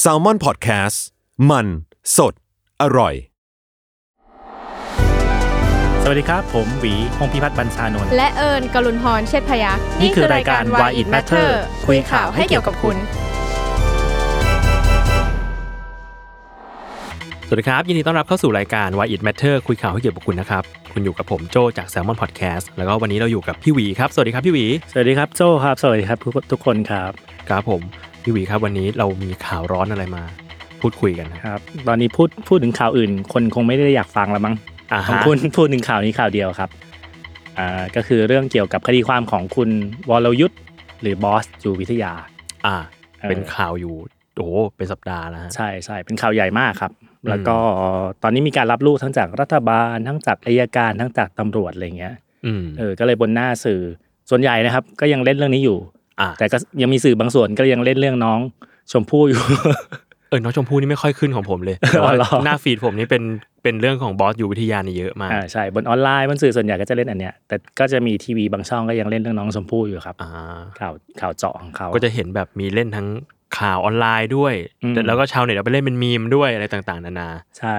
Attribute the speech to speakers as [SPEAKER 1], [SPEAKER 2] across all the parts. [SPEAKER 1] แซลมอนพอดแคสต์มันสดอร่อย
[SPEAKER 2] สวัสดีครับ ผมหวีพงพิพัฒน์บรรชานนท์
[SPEAKER 3] และเอิญกลุนพรเชษพยักษ์
[SPEAKER 2] นี่คือรายการ Why It Matter คุยข่าวให้เกี่ยวกับคุณ สวัสดีครับ ยินดีต้อนรับเข้าสู่รายการ Why It Matter คุยข่าวให้เกี่ยวกับคุณนะครับ คุณอยู่กับผมโจจาก Salmon Podcast แล้วก็วันนี้เราอยู่กับพี่หวีครับ สวัสดีครับพี่หวี
[SPEAKER 4] สวัสดีครับโจ้ครับ สวัสดีครับทุกทุกคนครับ
[SPEAKER 2] ครับผมพี่หวีครับวันนี้เรามีข่าวร้อนอะไรมา พูดคุยกันนะครับ
[SPEAKER 4] ครับ ตอนนี้พูดพูดถึงข่าวอื่น คนคงไม่ได้อยากฟังแล้วมั้ง
[SPEAKER 2] อ่า
[SPEAKER 4] ของ
[SPEAKER 2] ฮะ
[SPEAKER 4] คุณ พูดถึงข่าวนี้ข่าวเดียวครับอ่าก็คือเรื่องเกี่ยวกับคดีความของคุณวรยุทธ์หรือบอสอยู่วิทยา
[SPEAKER 2] อ่า
[SPEAKER 4] อ่อ
[SPEAKER 2] เป็นข่าวอยู่โอ้โหเป็นสัปดาห์แล้วฮะ
[SPEAKER 4] ใช่ใช่เป็นข่าวใหญ่มากครับ แล้วก็ตอนนี้มีการรับลูกทั้งจากรัฐบาล ทั้งจากอายการทั้งจากตำรวจอะไรเงี้ย
[SPEAKER 2] อืม
[SPEAKER 4] เออก็เลยบนหน้าสื่อส่วนใหญ่นะครับ ก็ยังเล่นเรื่องนี้อยู่
[SPEAKER 2] อ่า
[SPEAKER 4] แต่ก็ยังมีสื่อบางส่วนก็ยังเล่นเรื่องน้องชมพู่อยู่
[SPEAKER 2] เออน้องชมพู่นี่ไม่ค่อยขึ้นของผมเลยแต่
[SPEAKER 4] อ๋
[SPEAKER 2] ว่า
[SPEAKER 4] อเหรอ
[SPEAKER 2] หน้าฟีดผมนี่เป็นเป็นเรื่องของบอสอยู่วิทยานี่เย อะมาก
[SPEAKER 4] อ่าใช่บนออนไลน์บนสื่อส่วนใหญ่ก็จะเล่นอันเนี้ยแต่ก็จะมีทีวีบางช่องก็ยังเล่นเรื่องน้องชมพู่อยู่ครับ
[SPEAKER 2] อ่า
[SPEAKER 4] ข่าวข่าวเจาะของเขา
[SPEAKER 2] ก็จะเห็นแบบมีเล่นทั้งข่าวออนไลน์ด้วย
[SPEAKER 4] อืม
[SPEAKER 2] แล้วก็ชาวเน็ตเอาไปเล่นเป็นมีมด้วยอะไรต่างๆ นานา
[SPEAKER 4] ใช่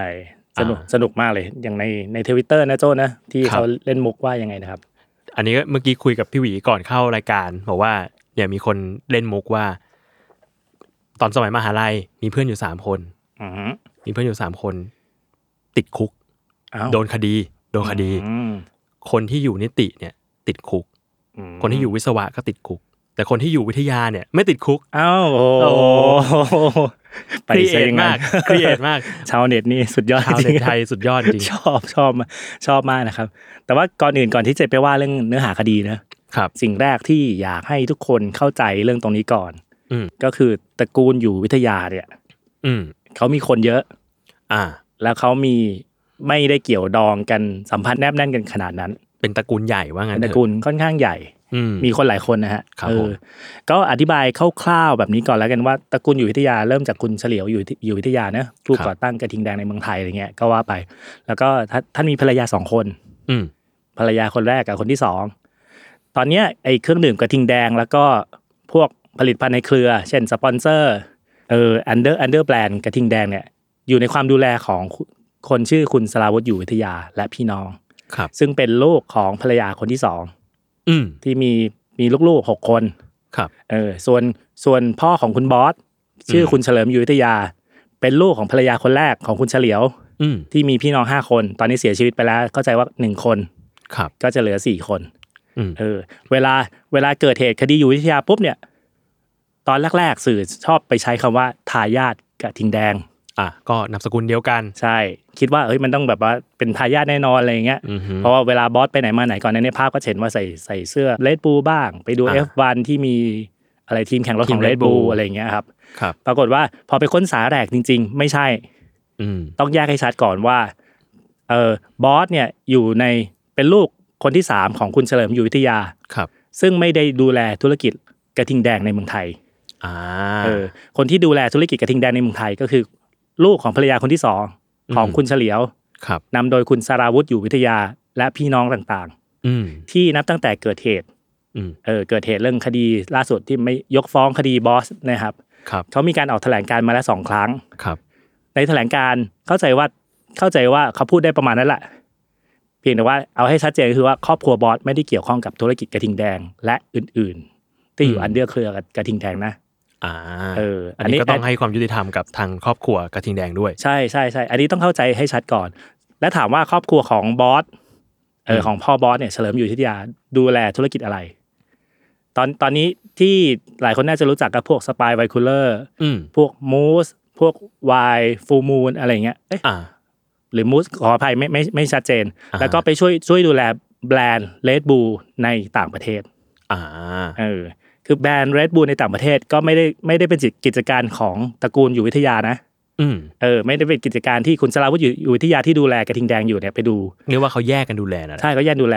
[SPEAKER 4] สนุก
[SPEAKER 2] อ่า
[SPEAKER 4] สนุกมากเลยอย่างในในทวิตเตอร์นะโจนะที่
[SPEAKER 2] ครับ
[SPEAKER 4] เขาเล่นมุกว่ายังไงนะครับ
[SPEAKER 2] อันนี้ก็เมื่อกี้คุยกับพี่หวีก่อนเข้ารายการบอกว่าเนี่ยมีคนเล่นมุกว่า ตอนสมัยมหาลัยมีเพื่อนอยู่สามคน
[SPEAKER 4] อืม
[SPEAKER 2] มีเพื่อนอยู่สามคน ติดคุก
[SPEAKER 4] อ้าว
[SPEAKER 2] โดนคดี โดนคดี
[SPEAKER 4] อืม
[SPEAKER 2] คนที่อยู่นิติเนี่ย ติดคุก
[SPEAKER 4] ม
[SPEAKER 2] คนที่อยู่วิศวะก็ติดคุก แต่คนที่อยู่วิทยาเนี่ย ไม่ติดคุก
[SPEAKER 4] อ้าวโอ้
[SPEAKER 2] โอ้
[SPEAKER 4] โหไป
[SPEAKER 2] ครี
[SPEAKER 4] ซะ
[SPEAKER 2] เอ
[SPEAKER 4] อ
[SPEAKER 2] ท
[SPEAKER 4] ย่าง
[SPEAKER 2] มาก ครีเอทมาก
[SPEAKER 4] ชาวเน็ตนี่สุดยอด
[SPEAKER 2] ชาว
[SPEAKER 4] จ
[SPEAKER 2] เน็
[SPEAKER 4] ริ
[SPEAKER 2] ต
[SPEAKER 4] งๆ
[SPEAKER 2] ไทยสุดยอด จริง
[SPEAKER 4] ชอบชอบชอบมากนะครับ แต่ว่าก่อนอื่นก่อนที่จะไปว่าเรื่องเนื้อหาคดีนะ
[SPEAKER 2] ครับ
[SPEAKER 4] สิ่งแรกที่อยากให้ทุกคนเข้าใจเรื่องตรงนี้ก่อน
[SPEAKER 2] อืม
[SPEAKER 4] ก็คือตระกูลอยู่วิทยาเนี่ย
[SPEAKER 2] อืม
[SPEAKER 4] เขามีคนเยอะ
[SPEAKER 2] อ่า
[SPEAKER 4] แล้วเขามีไม่ได้เกี่ยวดองกันสัมพันธ์แนบแน่นกันขนาดนั้น
[SPEAKER 2] เป็นตระกูลใหญ่ว่างั้น
[SPEAKER 4] ต
[SPEAKER 2] เถ
[SPEAKER 4] ระ
[SPEAKER 2] อะ
[SPEAKER 4] กูลค่อนข้างใหญ่
[SPEAKER 2] อืม
[SPEAKER 4] มีคนหลายคนนะฮะ
[SPEAKER 2] ครับ
[SPEAKER 4] เอ
[SPEAKER 2] ผ
[SPEAKER 4] อ
[SPEAKER 2] ม
[SPEAKER 4] ก็อธิบายคร่าวๆแบบนี้ก่อนแล้วกันว่าตระกูลอยู่วิทยาเริ่มจากคุณเฉลียวอยู่ที่อยู่วิทยานะผู้ก่อตั้งกระทิงแดงในเมืองไทยอะไรเงี้ยก็ว่าไป แล้วก็ท่านท่านมีภรรยาสองคน
[SPEAKER 2] อืม
[SPEAKER 4] ภรรยาคนแรกกับคนที่สอง ตอนเนี้ยไอ้เครื่องดื่มกระทิงแดงแล้วก็พวกผลิตภัณฑ์ในเครือ เช่นสปอนเซอร์เอออันเดอร์อันเดอร์แบรนด์กระทิงแดงเนี่ยอยู่ในความดูแลของคุณคนชื่อคุณสลาวุธอยู่วิทยาและพี่น้อง
[SPEAKER 2] ครับ
[SPEAKER 4] ซึ่งเป็นลูกของภรรยาคนที่สอง
[SPEAKER 2] อืม
[SPEAKER 4] ที่มีมีลูกๆหกคน
[SPEAKER 2] ครับ
[SPEAKER 4] เออส่วนส่วนพ่อของคุณบอสชื่ออ
[SPEAKER 2] ม
[SPEAKER 4] คุณเฉลิมอยู่วิทยา เป็นลูกของภรรยาคนแรกของคุณเฉลียว
[SPEAKER 2] อืม
[SPEAKER 4] ที่มีพี่น้องห้าคน ตอนนี้เสียชีวิตไปแล้วเข้าใจว่าหนึ่งคน
[SPEAKER 2] ครับ
[SPEAKER 4] ก็จะเหลือสี่คน
[SPEAKER 2] อืม
[SPEAKER 4] เออเวลาเวลาเกิดเหตุคดีอยู่วิทยาปุ๊บเนี่ย ตอนแรกๆ สื่อชอบไปใช้คำว่าทายาทกระทิงแดง
[SPEAKER 2] อ่ะ ก็นามสกุลเดียวกัน
[SPEAKER 4] ใช่ คิดว่าเฮ้ยมันต้องแบบว่าเป็นทายาทแน่นอนอะไรอย่างเงี้ย
[SPEAKER 2] อือฮึ
[SPEAKER 4] เพราะว่าเวลาบอสไปไหนมาไหนก่อนหนานี้ภาพก็จะเห็นว่าใส่ใส่เสื้อเลดบูบ้าง ไปดู
[SPEAKER 2] อ่า
[SPEAKER 4] F1 ที่มีอะไรทีมแข่งรถ
[SPEAKER 2] ที
[SPEAKER 4] ข
[SPEAKER 2] ม
[SPEAKER 4] องเล
[SPEAKER 2] Red
[SPEAKER 4] ดบู
[SPEAKER 2] Bull
[SPEAKER 4] อะไรอย่างเงี้ยครับ
[SPEAKER 2] ครับ
[SPEAKER 4] ปรากฏว่าพอไปค้นสาแหรกจริง ๆ ไม่ใช่
[SPEAKER 2] อืม
[SPEAKER 4] ต้องแยกให้ชัดก่อนว่าเออบอสเนี่ยอยู่ในเป็นลูกคนที่สามของคุณเฉลิมอยู่วิทยา
[SPEAKER 2] ครับ
[SPEAKER 4] ซึ่งไม่ได้ดูแลธุรกิจกระทิงแดงในเมืองไทย
[SPEAKER 2] อ่า
[SPEAKER 4] เออคนที่ดูแลธุรกิจกระทิงแดงในเมืองไทยก็คือ ลูกของภรรยาคนที่สองของ
[SPEAKER 2] อืม
[SPEAKER 4] คุณเฉลียว
[SPEAKER 2] ครับ
[SPEAKER 4] นำโดยคุณสราวุธอยู่วิทยาและพี่น้องต่าง
[SPEAKER 2] อืม
[SPEAKER 4] ๆ ที่นับตั้งแต่เกิดเหตุ
[SPEAKER 2] อืม
[SPEAKER 4] เออเกิดเหตุเรื่องคดีล่าสุดที่ไม่ยกฟ้องคดีบอสนะครับ
[SPEAKER 2] ครับ
[SPEAKER 4] เขามีการออกแถลงการณ์มาแล้วสองครั้ง
[SPEAKER 2] ครับ
[SPEAKER 4] ในแถลงการณ์เข้าใจว่าเข้าใจว่าเขาพูดได้ประมาณนั้นแหละเพียงแต่ว่าเอาให้ชัดเจนคือว่าครอบครัวบอสไม่ได้เกี่ยวข้องกับธุรกิจกระทิงแดงและอื่นๆ ที่อ
[SPEAKER 2] อื
[SPEAKER 4] ยู่
[SPEAKER 2] ม
[SPEAKER 4] อันเดอร์เครือกระทิงแดงนะ
[SPEAKER 2] อ่า
[SPEAKER 4] เอออั
[SPEAKER 2] อัน
[SPEAKER 4] นนี้
[SPEAKER 2] นี้ก็ต้องให้ความยุติธรรมกับทางครอบครัวกระทิงแดงด้วย
[SPEAKER 4] ใช่ใช่ใช่อันนี้ต้องเข้าใจให้ชัดก่อน และถามว่าครอบครัวของบอสเออ
[SPEAKER 2] อืม
[SPEAKER 4] ของพ่อบอสเนี่ยเฉลิมอยู่ทิทยาดูแลธุรกิจอะไร ตอนตอนนี้ที่หลายคนน่าจะรู้จักกับพวกสปายไวคูเลอร์
[SPEAKER 2] อืม
[SPEAKER 4] พวกมูสพวกวายฟูมูนอะไรอย่างเงี้ยเอ๊ะ
[SPEAKER 2] อ่า
[SPEAKER 4] หรือมูสขออภัยไม่ไม่ไม่ชัดเจน
[SPEAKER 2] อ่าฮะ
[SPEAKER 4] แล้วก็ไปช่วยช่วยดูแลแบรนด์ Red Bull ในต่างประเทศ
[SPEAKER 2] อ่า
[SPEAKER 4] เออคือแบรนด์ Red Bull ในต่างประเทศก็ไม่ได้ไม่ได้เป็นจิตกิจการของตระกูลอยู่วิทยานะ
[SPEAKER 2] อืม
[SPEAKER 4] เออไม่ได้เป็นกิจการที่คุณสราวุธอยู่อยู่วิทยาที่ดูแลกระทิงแดงอยู่เนี่ยไปดู
[SPEAKER 2] เรียกว่าเขาแยกกันดูแลนะนะ
[SPEAKER 4] ใช่ก็แย่งดูแล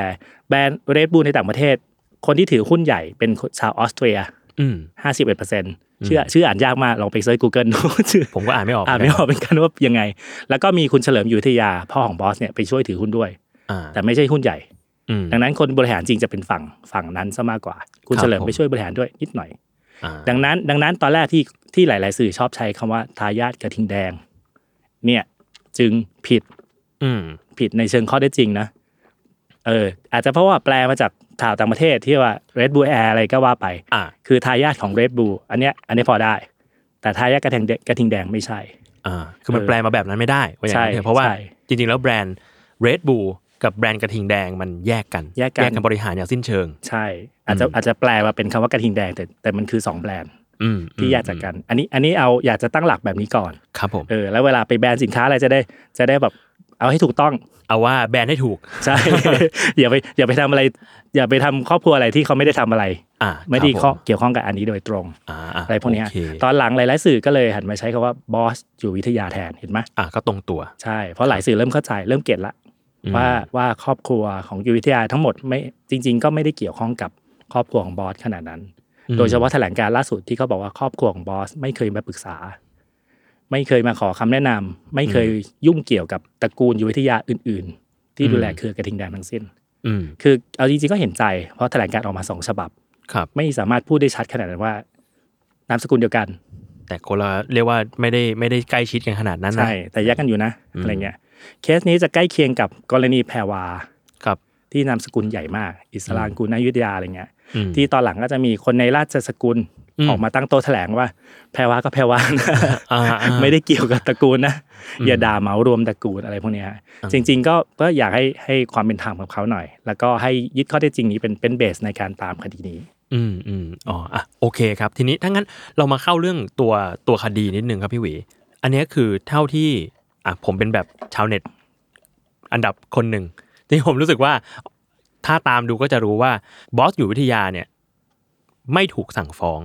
[SPEAKER 4] แบรนด์ Red Bull ในต่างประเทศ คนที่ถือหุ้นใหญ่เป็นคนชาวออสเตรีย
[SPEAKER 2] อืม
[SPEAKER 4] 51%ชื่อชื่ออ่านยากมากลองไปเซิร์ช Google ดูชื่อ
[SPEAKER 2] ผมก็อ่านไม่ออก
[SPEAKER 4] อ่านไม่ออกเป็นกันว่ายังไง แล้วก็มีคุณเฉลิมอยู่วิทยาพ่อของบอสเนี่ยไปช่วยถือหุ้นด้วย
[SPEAKER 2] อ่า
[SPEAKER 4] แต่ไม่ใช่หุ้นใหญ่
[SPEAKER 2] อืม
[SPEAKER 4] ดังนั้นคนบริหารจริงจะเป็นฝั่งฝั่งนั้นซะมากกว่า คุณ
[SPEAKER 2] ครับ
[SPEAKER 4] เฉลิม
[SPEAKER 2] ผม
[SPEAKER 4] ไปช่วยบริหารด้วยนิดหน่อย
[SPEAKER 2] อ่า
[SPEAKER 4] ดังนั้น ดังนั้นตอนแรกที่ที่หลาย ๆ สื่อชอบใช้คำว่าทายาทกระทิงแดง เนี่ยจึงผิด
[SPEAKER 2] อืม
[SPEAKER 4] ผิดในเชิงข้อได้จริงนะเออ อาจจะเพราะว่าแปลมาจากข่าวต่างประเทศที่ว่า Red Bull Air อะไรก็ว่าไป
[SPEAKER 2] อ่า
[SPEAKER 4] คือทายาทของ Red Bull อันเนี้ยอันนี้พอได้ แต่ทายาทกระทิงแดงกระทิงแดงไม่ใช่
[SPEAKER 2] อ่าคือมันแปลมาแบบนั้นไม่ได้ว่าอย่างนั้นเถ
[SPEAKER 4] ใช่
[SPEAKER 2] อะเพราะว่า
[SPEAKER 4] ใช่
[SPEAKER 2] จริงๆแล้วแบรนด์ Red Bull กับแบรนด์กระทิงแดงมันแยกกัน
[SPEAKER 4] แยกกัน
[SPEAKER 2] บริหารอย่างสิ้นเชิง
[SPEAKER 4] ใช่ อาจจะ
[SPEAKER 2] อืม
[SPEAKER 4] อาจจะแปลมาเป็นคำว่ากระทิงแดงแต่แต่มันคือสองแบรนด์
[SPEAKER 2] อืม
[SPEAKER 4] ที่แยกจากกัน อันนี้อันนี้เอาอยากจะตั้งหลักแบบนี้ก่อน
[SPEAKER 2] ครับผม
[SPEAKER 4] เออแล้วเวลาไปแบรนด์สินค้าอะไรจะได้จะได้แบบเอาให้ถูกต้อง
[SPEAKER 2] เอาว่าแบรนด์ให้ถูก
[SPEAKER 4] ใช่ อย่าไปอย่าไปทำอะไร อย่าไปทำครอบครัวอะไรที่เขาไม่ได้ทำอะไร
[SPEAKER 2] อ่า
[SPEAKER 4] ไม่ได้
[SPEAKER 2] ครับผ
[SPEAKER 4] ข้อเกี่ยวข้องกับอันนี้โดยตรง
[SPEAKER 2] อ่า
[SPEAKER 4] อะไรพวกเนี้ย
[SPEAKER 2] โอเค
[SPEAKER 4] ตอนหลังหลายๆสื่อก็เลยหันมาใช้คำว่าบอสอยู่วิทยาแทนเห็นไหม
[SPEAKER 2] อ่าก็ตรงตัว
[SPEAKER 4] ใช่ เพราะหลายสื่อเริ่มเข้าใจเริ่มเก็ตละ
[SPEAKER 2] อืม
[SPEAKER 4] ว่าว่าครอบครัวของอยู่วิทยาทั้งหมดไม่จริง ๆ ก็ไม่ได้เกี่ยวข้องกับครอบครัวของบอสขนาดนั้น
[SPEAKER 2] อืม
[SPEAKER 4] โดยเฉพาะแถลงการณ์ล่าสุดที่เขาบอกว่าครอบครัวของบอสไม่เคยมาปรึกษา ไม่เคยมาขอคำแนะนำไม่เคยยุ่งเกี่ยวกับตระกูลยุวิทยาอื่น ๆ ที่ดูแลเครือกระทิงแดงทั้งสิ้น
[SPEAKER 2] อืม
[SPEAKER 4] คือเอาจริงๆก็เห็นใจ เพราะแถลงการณ์ออกมาสองฉบับ
[SPEAKER 2] ครับ
[SPEAKER 4] ไม่สามารถพูดได้ชัดขนาดนั้นว่านามสกุลเดียวกัน
[SPEAKER 2] แต่คนละเรียกว่าไม่ได้ไม่ได้ใกล้ชิดกันขนาดนั้นนะ
[SPEAKER 4] ใช่ แต่แยกกันอยู่นะ
[SPEAKER 2] อืม
[SPEAKER 4] อะไรเงี้ยเคสนี้จะใกล้เคียงกับกรณีแพรวา
[SPEAKER 2] ครับ
[SPEAKER 4] ที่นามสกุลใหญ่มาก อิสลามกุลนายุทธยาอะไรเงี้ย
[SPEAKER 2] อืม
[SPEAKER 4] ที่ตอนหลังก็จะมีคนในราชสกุล
[SPEAKER 2] อืม
[SPEAKER 4] ออกมาตั้งโต๊ะแถลงว่า แพรวาก็แพรวานะ
[SPEAKER 2] อ่าอ่า
[SPEAKER 4] ไม่ได้เกี่ยวกับตระกูลนะ อย่าด่าเหมารวมตระกูลอะไรพวกเนี้ยฮะจริง ๆ ก็ก็อยากให้ให้ความเป็นธรรมกับเขาหน่อย แล้วก็ให้ยึดข้อเท็จจริงนี้เป็นเป็นเบสในการตามคดีนี้
[SPEAKER 2] อืมอืมอ๋ออ่ะโอเคครับ ทีนี้ถ้างั้นเรามาเข้าเรื่องตัวตัวคดีนิดนึงครับพี่หวี อันเนี้ยคือเท่าที่อ่ะผมเป็นแบบชาวเน็ต อันดับคนหนึ่งที่ผมรู้สึกว่า ถ้าตามดูก็จะรู้ว่าบอสอยู่วิทยาเนี่ย ไม่ถูกสั่งฟ้อง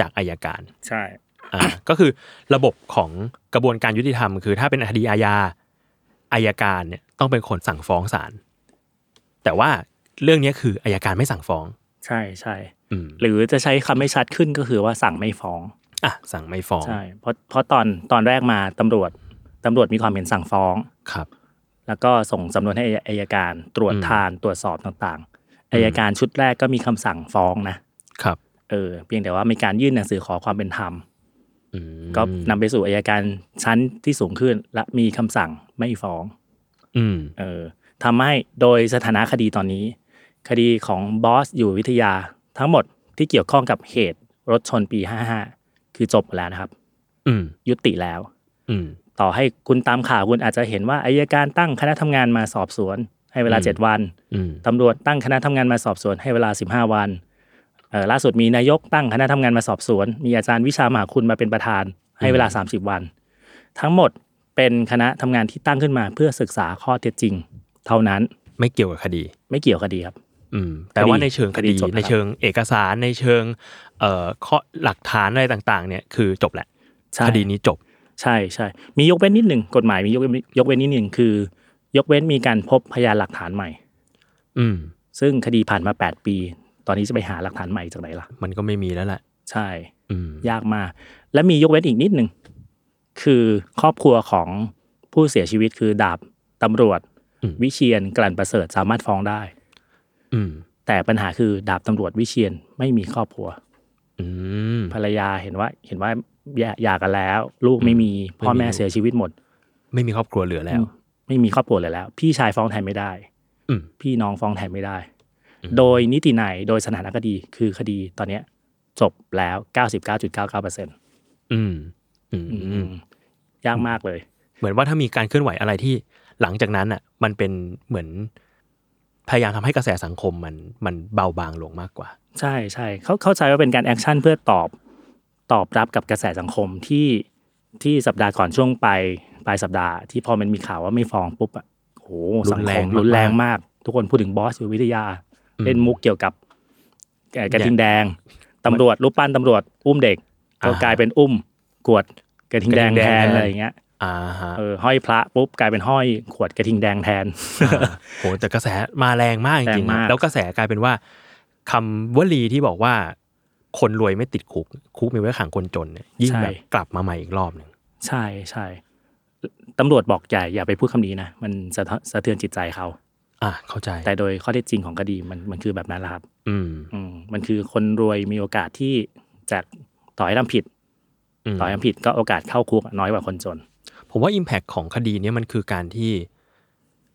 [SPEAKER 2] จากอายการ
[SPEAKER 4] ใช่
[SPEAKER 2] อ่า ก็คือระบบของกระบวนการยุติธรรม คือถ้าเป็นคดีอาญาอายการเนี่ยต้องเป็นคนสั่งฟ้องศาลแต่ว่าเรื่องเนี้ยคืออายการไม่สั่งฟ้อง
[SPEAKER 4] ใช่ใช่
[SPEAKER 2] อืม
[SPEAKER 4] หรือจะใช้คำไม่ชัดขึ้นก็คือว่าสั่งไม่ฟ้อง
[SPEAKER 2] อ่ะสั่งไม่ฟ้อง
[SPEAKER 4] ใช่ เพราะเพราะตอนตอนแรกมาตำรวจตำรวจมีความเห็นสั่งฟ้อง
[SPEAKER 2] ครับ
[SPEAKER 4] แล้วก็ส่งสำนวนให้อัยอัยการตรวจ
[SPEAKER 2] อืม
[SPEAKER 4] ทานตรวจสอบต่างๆอัยการชุดแรกก็มีคำสั่งฟ้องนะครับ เออเพียงแต่ว่ามีการยื่นหนังสือขอความเป็นธรรม
[SPEAKER 2] อืม
[SPEAKER 4] ก็นำไปสู่อายการชั้นที่สูงขึ้น และมีคำสั่งไม่ฟ้อง
[SPEAKER 2] อืม
[SPEAKER 4] เออทำให้โดยสถานะคดีตอนนี้ คดีของบอสอยู่วิทยาทั้งหมดที่เกี่ยวข้องกับเหตุรถชนปี 55 คือจบหมดแล้วนะครับ
[SPEAKER 2] อืม
[SPEAKER 4] ยุติแล้ว
[SPEAKER 2] อืม
[SPEAKER 4] ต่อให้คุณตามข่าวคุณอาจจะเห็นว่าอายการตั้งคณะทำงานมาสอบสวน ให้เวลา
[SPEAKER 2] อืม
[SPEAKER 4] 7 วัน
[SPEAKER 2] อืม
[SPEAKER 4] ตำรวจตั้งคณะทำงานมาสอบสวน ให้เวลา 15 วันเอ่อล่าสุดมีนายกตั้งคณะทำงานมาสอบสวน มีอาจารย์วิชามหาคุณมาเป็นประธาน ให้เวลา 30 วัน ทั้งหมดเป็นคณะทำงานที่ตั้งขึ้นมาเพื่อศึกษาข้อเท็จจริง เท่านั้น
[SPEAKER 2] ไม่เกี่ยวกับคดี
[SPEAKER 4] ไม่เกี่ยวคดีครับ
[SPEAKER 2] อืม แต่ว่าในเชิงคดี
[SPEAKER 4] คดีจบแล้ว
[SPEAKER 2] ในเชิงเอกสารในเชิง เอ่อข้อหลักฐานอะไรต่าง ๆ เนี่ยคือจบแหละ
[SPEAKER 4] ใช่
[SPEAKER 2] คดีนี้จบ
[SPEAKER 4] ใช่ใช่มียกเว้นนิดหนึ่งกฎหมายมียกเว้นยกเว้นนิดหนึ่งคือ ยกเว้นมีการพบพยานหลักฐานใหม่
[SPEAKER 2] อืม
[SPEAKER 4] ซึ่งคดีผ่านมา 8 ปี ตอนนี้จะไปหาหลักฐานใหม่จากไหนล่ะ
[SPEAKER 2] มันก็ไม่มีแล้วแหละ
[SPEAKER 4] ใช่
[SPEAKER 2] อืม
[SPEAKER 4] ยากมาก และมียกเว้นอีกนิดหนึ่งคือครอบครัวของผู้เสียชีวิตคือดาบตำรวจ วิเชียนกลั่นประเสริฐสามารถฟ้องได้
[SPEAKER 2] อืม
[SPEAKER 4] แต่ปัญหาคือดาบตำรวจวิเชียนไม่มีครอบครัว
[SPEAKER 2] อืม
[SPEAKER 4] ภรรยาเห็นว่าเห็นว่าแยกหย่ากันแล้ว ลูกไม่มีพ่อแม่
[SPEAKER 2] ไม่มีลูก
[SPEAKER 4] เสียชีวิตหมด
[SPEAKER 2] ไม่มีครอบครัวเหลือแล้ว
[SPEAKER 4] ไม่มีครอบครัวเลยแล้ว พี่ชายฟ้องแทนไม่ได้
[SPEAKER 2] อืม
[SPEAKER 4] พี่น้องฟ้องแทนไม่ได้ โดยนิตินัยโดยสถานคดีคือคดีตอนเนี้ยจบแล้ว 99.99%
[SPEAKER 2] อืมอืม
[SPEAKER 4] อืมยากมากเลย
[SPEAKER 2] เหมือนว่าถ้ามีการเคลื่อนไหวอะไรที่หลังจากนั้นอ่ะ มันเป็นเหมือน พยายามทำให้กระแสสังคมมันมันเบาบางลงมากกว่า
[SPEAKER 4] ใช่ใช่เขาเข้าใจว่าเป็นการแอคชั่นเพื่อตอบตอบรับกับกระแสสังคมที่ที่สัปดาห์ก่อนช่วงปลายปลายสัปดาห์ที่พอมันมีข่าวว่าไม่ฟ้องปุ๊บอ่ะโหสังคม
[SPEAKER 2] รุ
[SPEAKER 4] รุน
[SPEAKER 2] น
[SPEAKER 4] แร
[SPEAKER 2] แรง ง
[SPEAKER 4] มาก ทุกคนพูดถึงบอสอยู่วิทยา
[SPEAKER 2] อืม
[SPEAKER 4] เล่นมุกเกี่ยวกับเอ่อกระทิงแดงตำรวจรูปปั้นตำรวจอุ้มเด็ก
[SPEAKER 2] อ่า
[SPEAKER 4] ก็กลายเป็นอุ้มกวดกระทิงแดง
[SPEAKER 2] กระทิงแดง
[SPEAKER 4] แทน
[SPEAKER 2] แทน
[SPEAKER 4] อะไรอย่างเงี้ย
[SPEAKER 2] อ่าฮะ
[SPEAKER 4] เออห้อยพระปุ๊บกลายเป็นห้อยขวดกระทิงแดงแทน
[SPEAKER 2] โหแต่กระแสมาแรงมากจริง
[SPEAKER 4] แรง
[SPEAKER 2] ๆ
[SPEAKER 4] มาก
[SPEAKER 2] นะแล้วกระแสกลายเป็นว่าคำวลีที่บอกว่า คนรวยไม่ติดคุก คุกมีไว้ขังคนจนเนี่ยยิ่งแบบกลับมาใหม่อีกรอบหนึ่ง
[SPEAKER 4] ใช่ใช่ตำรวจบอกใหญ่าอย่าไปพูดคำนี้นะมันสะเทสะเทือนจิตใจเขา
[SPEAKER 2] อ่ะเข้าใจ
[SPEAKER 4] แต่โดยข้อเท็จจริงของคดีมันมันคือแบบนั้นแหละครับ
[SPEAKER 2] อืม
[SPEAKER 4] อืมมันคือคนรวยมีโอกาสที่จากต่อให้ทำผิด
[SPEAKER 2] ม
[SPEAKER 4] ต่อให้ทำผิดก็โอกาสเข้าคุกน้อยกว่าคนจน
[SPEAKER 2] ผมว่า Impact ของคดีเนี้มันคือการที่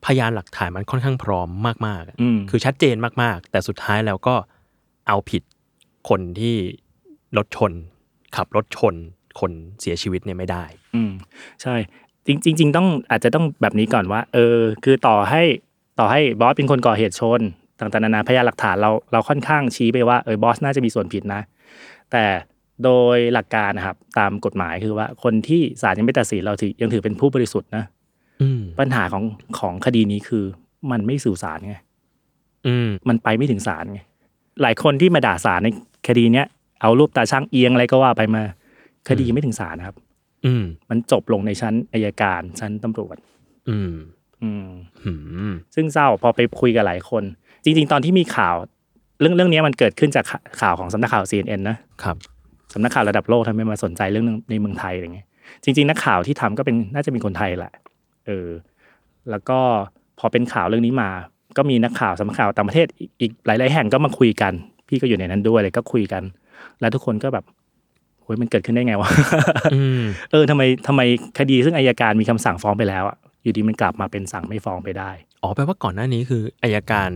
[SPEAKER 2] พยานหลักฐานมันค่อนข้างพร้อมมากๆอะ
[SPEAKER 4] อืม
[SPEAKER 2] คือชัดเจนมากๆ แต่สุดท้ายแล้วก็เอาผิดคนที่รถชน ขับรถชน คนเสียชีวิตเนี่ยไม่ได้
[SPEAKER 4] อืมใช่จริงจริง ๆ ต้องอาจจะต้องแบบนี้ก่อนว่า เออ คือต่อให้ต่อให้บอสเป็นคนก่อเหตุชนต่างๆนานาพยานหลักฐานเราเราค่อนข้างชี้ไปว่าเออบอสน่าจะมีส่วนผิดนะ แต่โดยหลักการนะครับตามกฎหมายคือว่าคนที่ศาลยังไม่ตัดสินเราถือยังถือเป็นผู้บริสุทธิ์นะ
[SPEAKER 2] อืม
[SPEAKER 4] ปัญหาของของคดีนี้คือมันไม่สู่ศาลไง
[SPEAKER 2] อืม
[SPEAKER 4] มันไปไม่ถึงศาลไง หลายคนที่มาด่าศาลในคดีเนี้ย เอารูปตาช่างเอียงอะไรก็ว่าไปมา คดีไม่ถึงศาลนะครับ
[SPEAKER 2] อืม
[SPEAKER 4] มันจบลงในชั้นอายการชั้นตำรวจ
[SPEAKER 2] อืม
[SPEAKER 4] อืม
[SPEAKER 2] หืม
[SPEAKER 4] ซึ่งเศร้าพอไปคุยกับหลายคน จริง ๆ ตอนที่มีข่าว เรื่องเรื่องเนี้ยมันเกิดขึ้นจากขข่าวของสำนักข่าว CNN นะ
[SPEAKER 2] ครับ
[SPEAKER 4] สำนักข่าวระดับโลกทำไมมาสนใจเรื่องในเมืองไทยอะไรเงี้ยจริง ๆ นักข่าวที่ทำก็เป็นน่าจะเป็นคนไทยแหละเออแล้วก็พอเป็นข่าวเรื่องนี้มา ก็มีนักข่าวสำนักข่าวต่างประเทศอีกอีกหลาย ๆ แห่งก็มาคุยกัน พี่ก็อยู่ในนั้นด้วยเลยก็คุยกัน แล้วทุกคนก็แบบโอ้ยมันเกิดขึ้นได้ไงวะ
[SPEAKER 2] อืม
[SPEAKER 4] เออทำไมทำไมคดีซึ่งอายการมีคำสั่งฟ้องไปแล้วอะอยู่ดีมันกลับมาเป็นสั่งไม่ฟ้องไปได้
[SPEAKER 2] อ๋อแปลว่าก่อนหน้านี้คืออายการ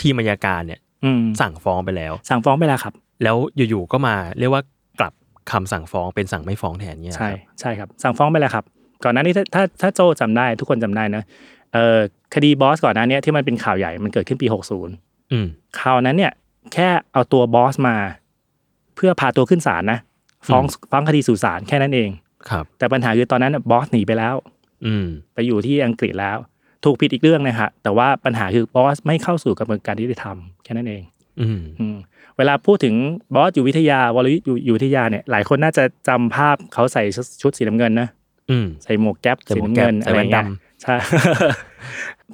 [SPEAKER 2] ทีมอายการเนี่ย
[SPEAKER 4] อืม
[SPEAKER 2] สั่งฟ้องไปแล้ว
[SPEAKER 4] สั่งฟ้องไปแล้วครับ
[SPEAKER 2] แล้วอยู่ๆก็มาเรียกว่ากลับคำสั่งฟ้องเป็นสั่งไม่ฟ้องแทนเนี่ย
[SPEAKER 4] ใช่
[SPEAKER 2] ครับ
[SPEAKER 4] ใช่ครับ สั่งฟ้องไปแล้วครับ ก่อนหน้านี้ถ้าถ้าถ้าโจจำได้ทุกคนจำได้นะเอ่อคดีบอสก่อนหน้าเนี้ยที่มันเป็นข่าวใหญ่มันเกิดขึ้นปี 60
[SPEAKER 2] อืม
[SPEAKER 4] คราวนั้นเนี่ยแค่เอาตัวบอสมา เพื่อพาตัวขึ้นศาลนะฟ้องฟ้องคดีสู่ศาลแค่นั้นเอง
[SPEAKER 2] ครับ
[SPEAKER 4] แต่ปัญหาคือตอนนั้นน่ะบอสหนีไปแล้ว
[SPEAKER 2] อืม
[SPEAKER 4] ไปอยู่ที่อังกฤษแล้ว ถูกผิดอีกเรื่องนะฮะแต่ว่าปัญหาคือบอสไม่เข้าสู่กระบวนการยุติธรรมแค่นั้นเอง
[SPEAKER 2] อืม
[SPEAKER 4] อืมเวลาพูดถึงบอสอยู่วิทยาวรยุทธ์อยู่อยู่วิทยาเนี่ยหลายคนน่าจะจำภาพเขาใส่ชุดสีน้ำเงินนะ
[SPEAKER 2] อืม
[SPEAKER 4] ใส่หมวกแก๊ป
[SPEAKER 2] ใส่
[SPEAKER 4] สี
[SPEAKER 2] หมวก
[SPEAKER 4] น้ำ
[SPEAKER 2] แก๊ป
[SPEAKER 4] เงิน
[SPEAKER 2] ใส่
[SPEAKER 4] อะไร
[SPEAKER 2] แว่น
[SPEAKER 4] เงี้ย
[SPEAKER 2] ดำ
[SPEAKER 4] ใช่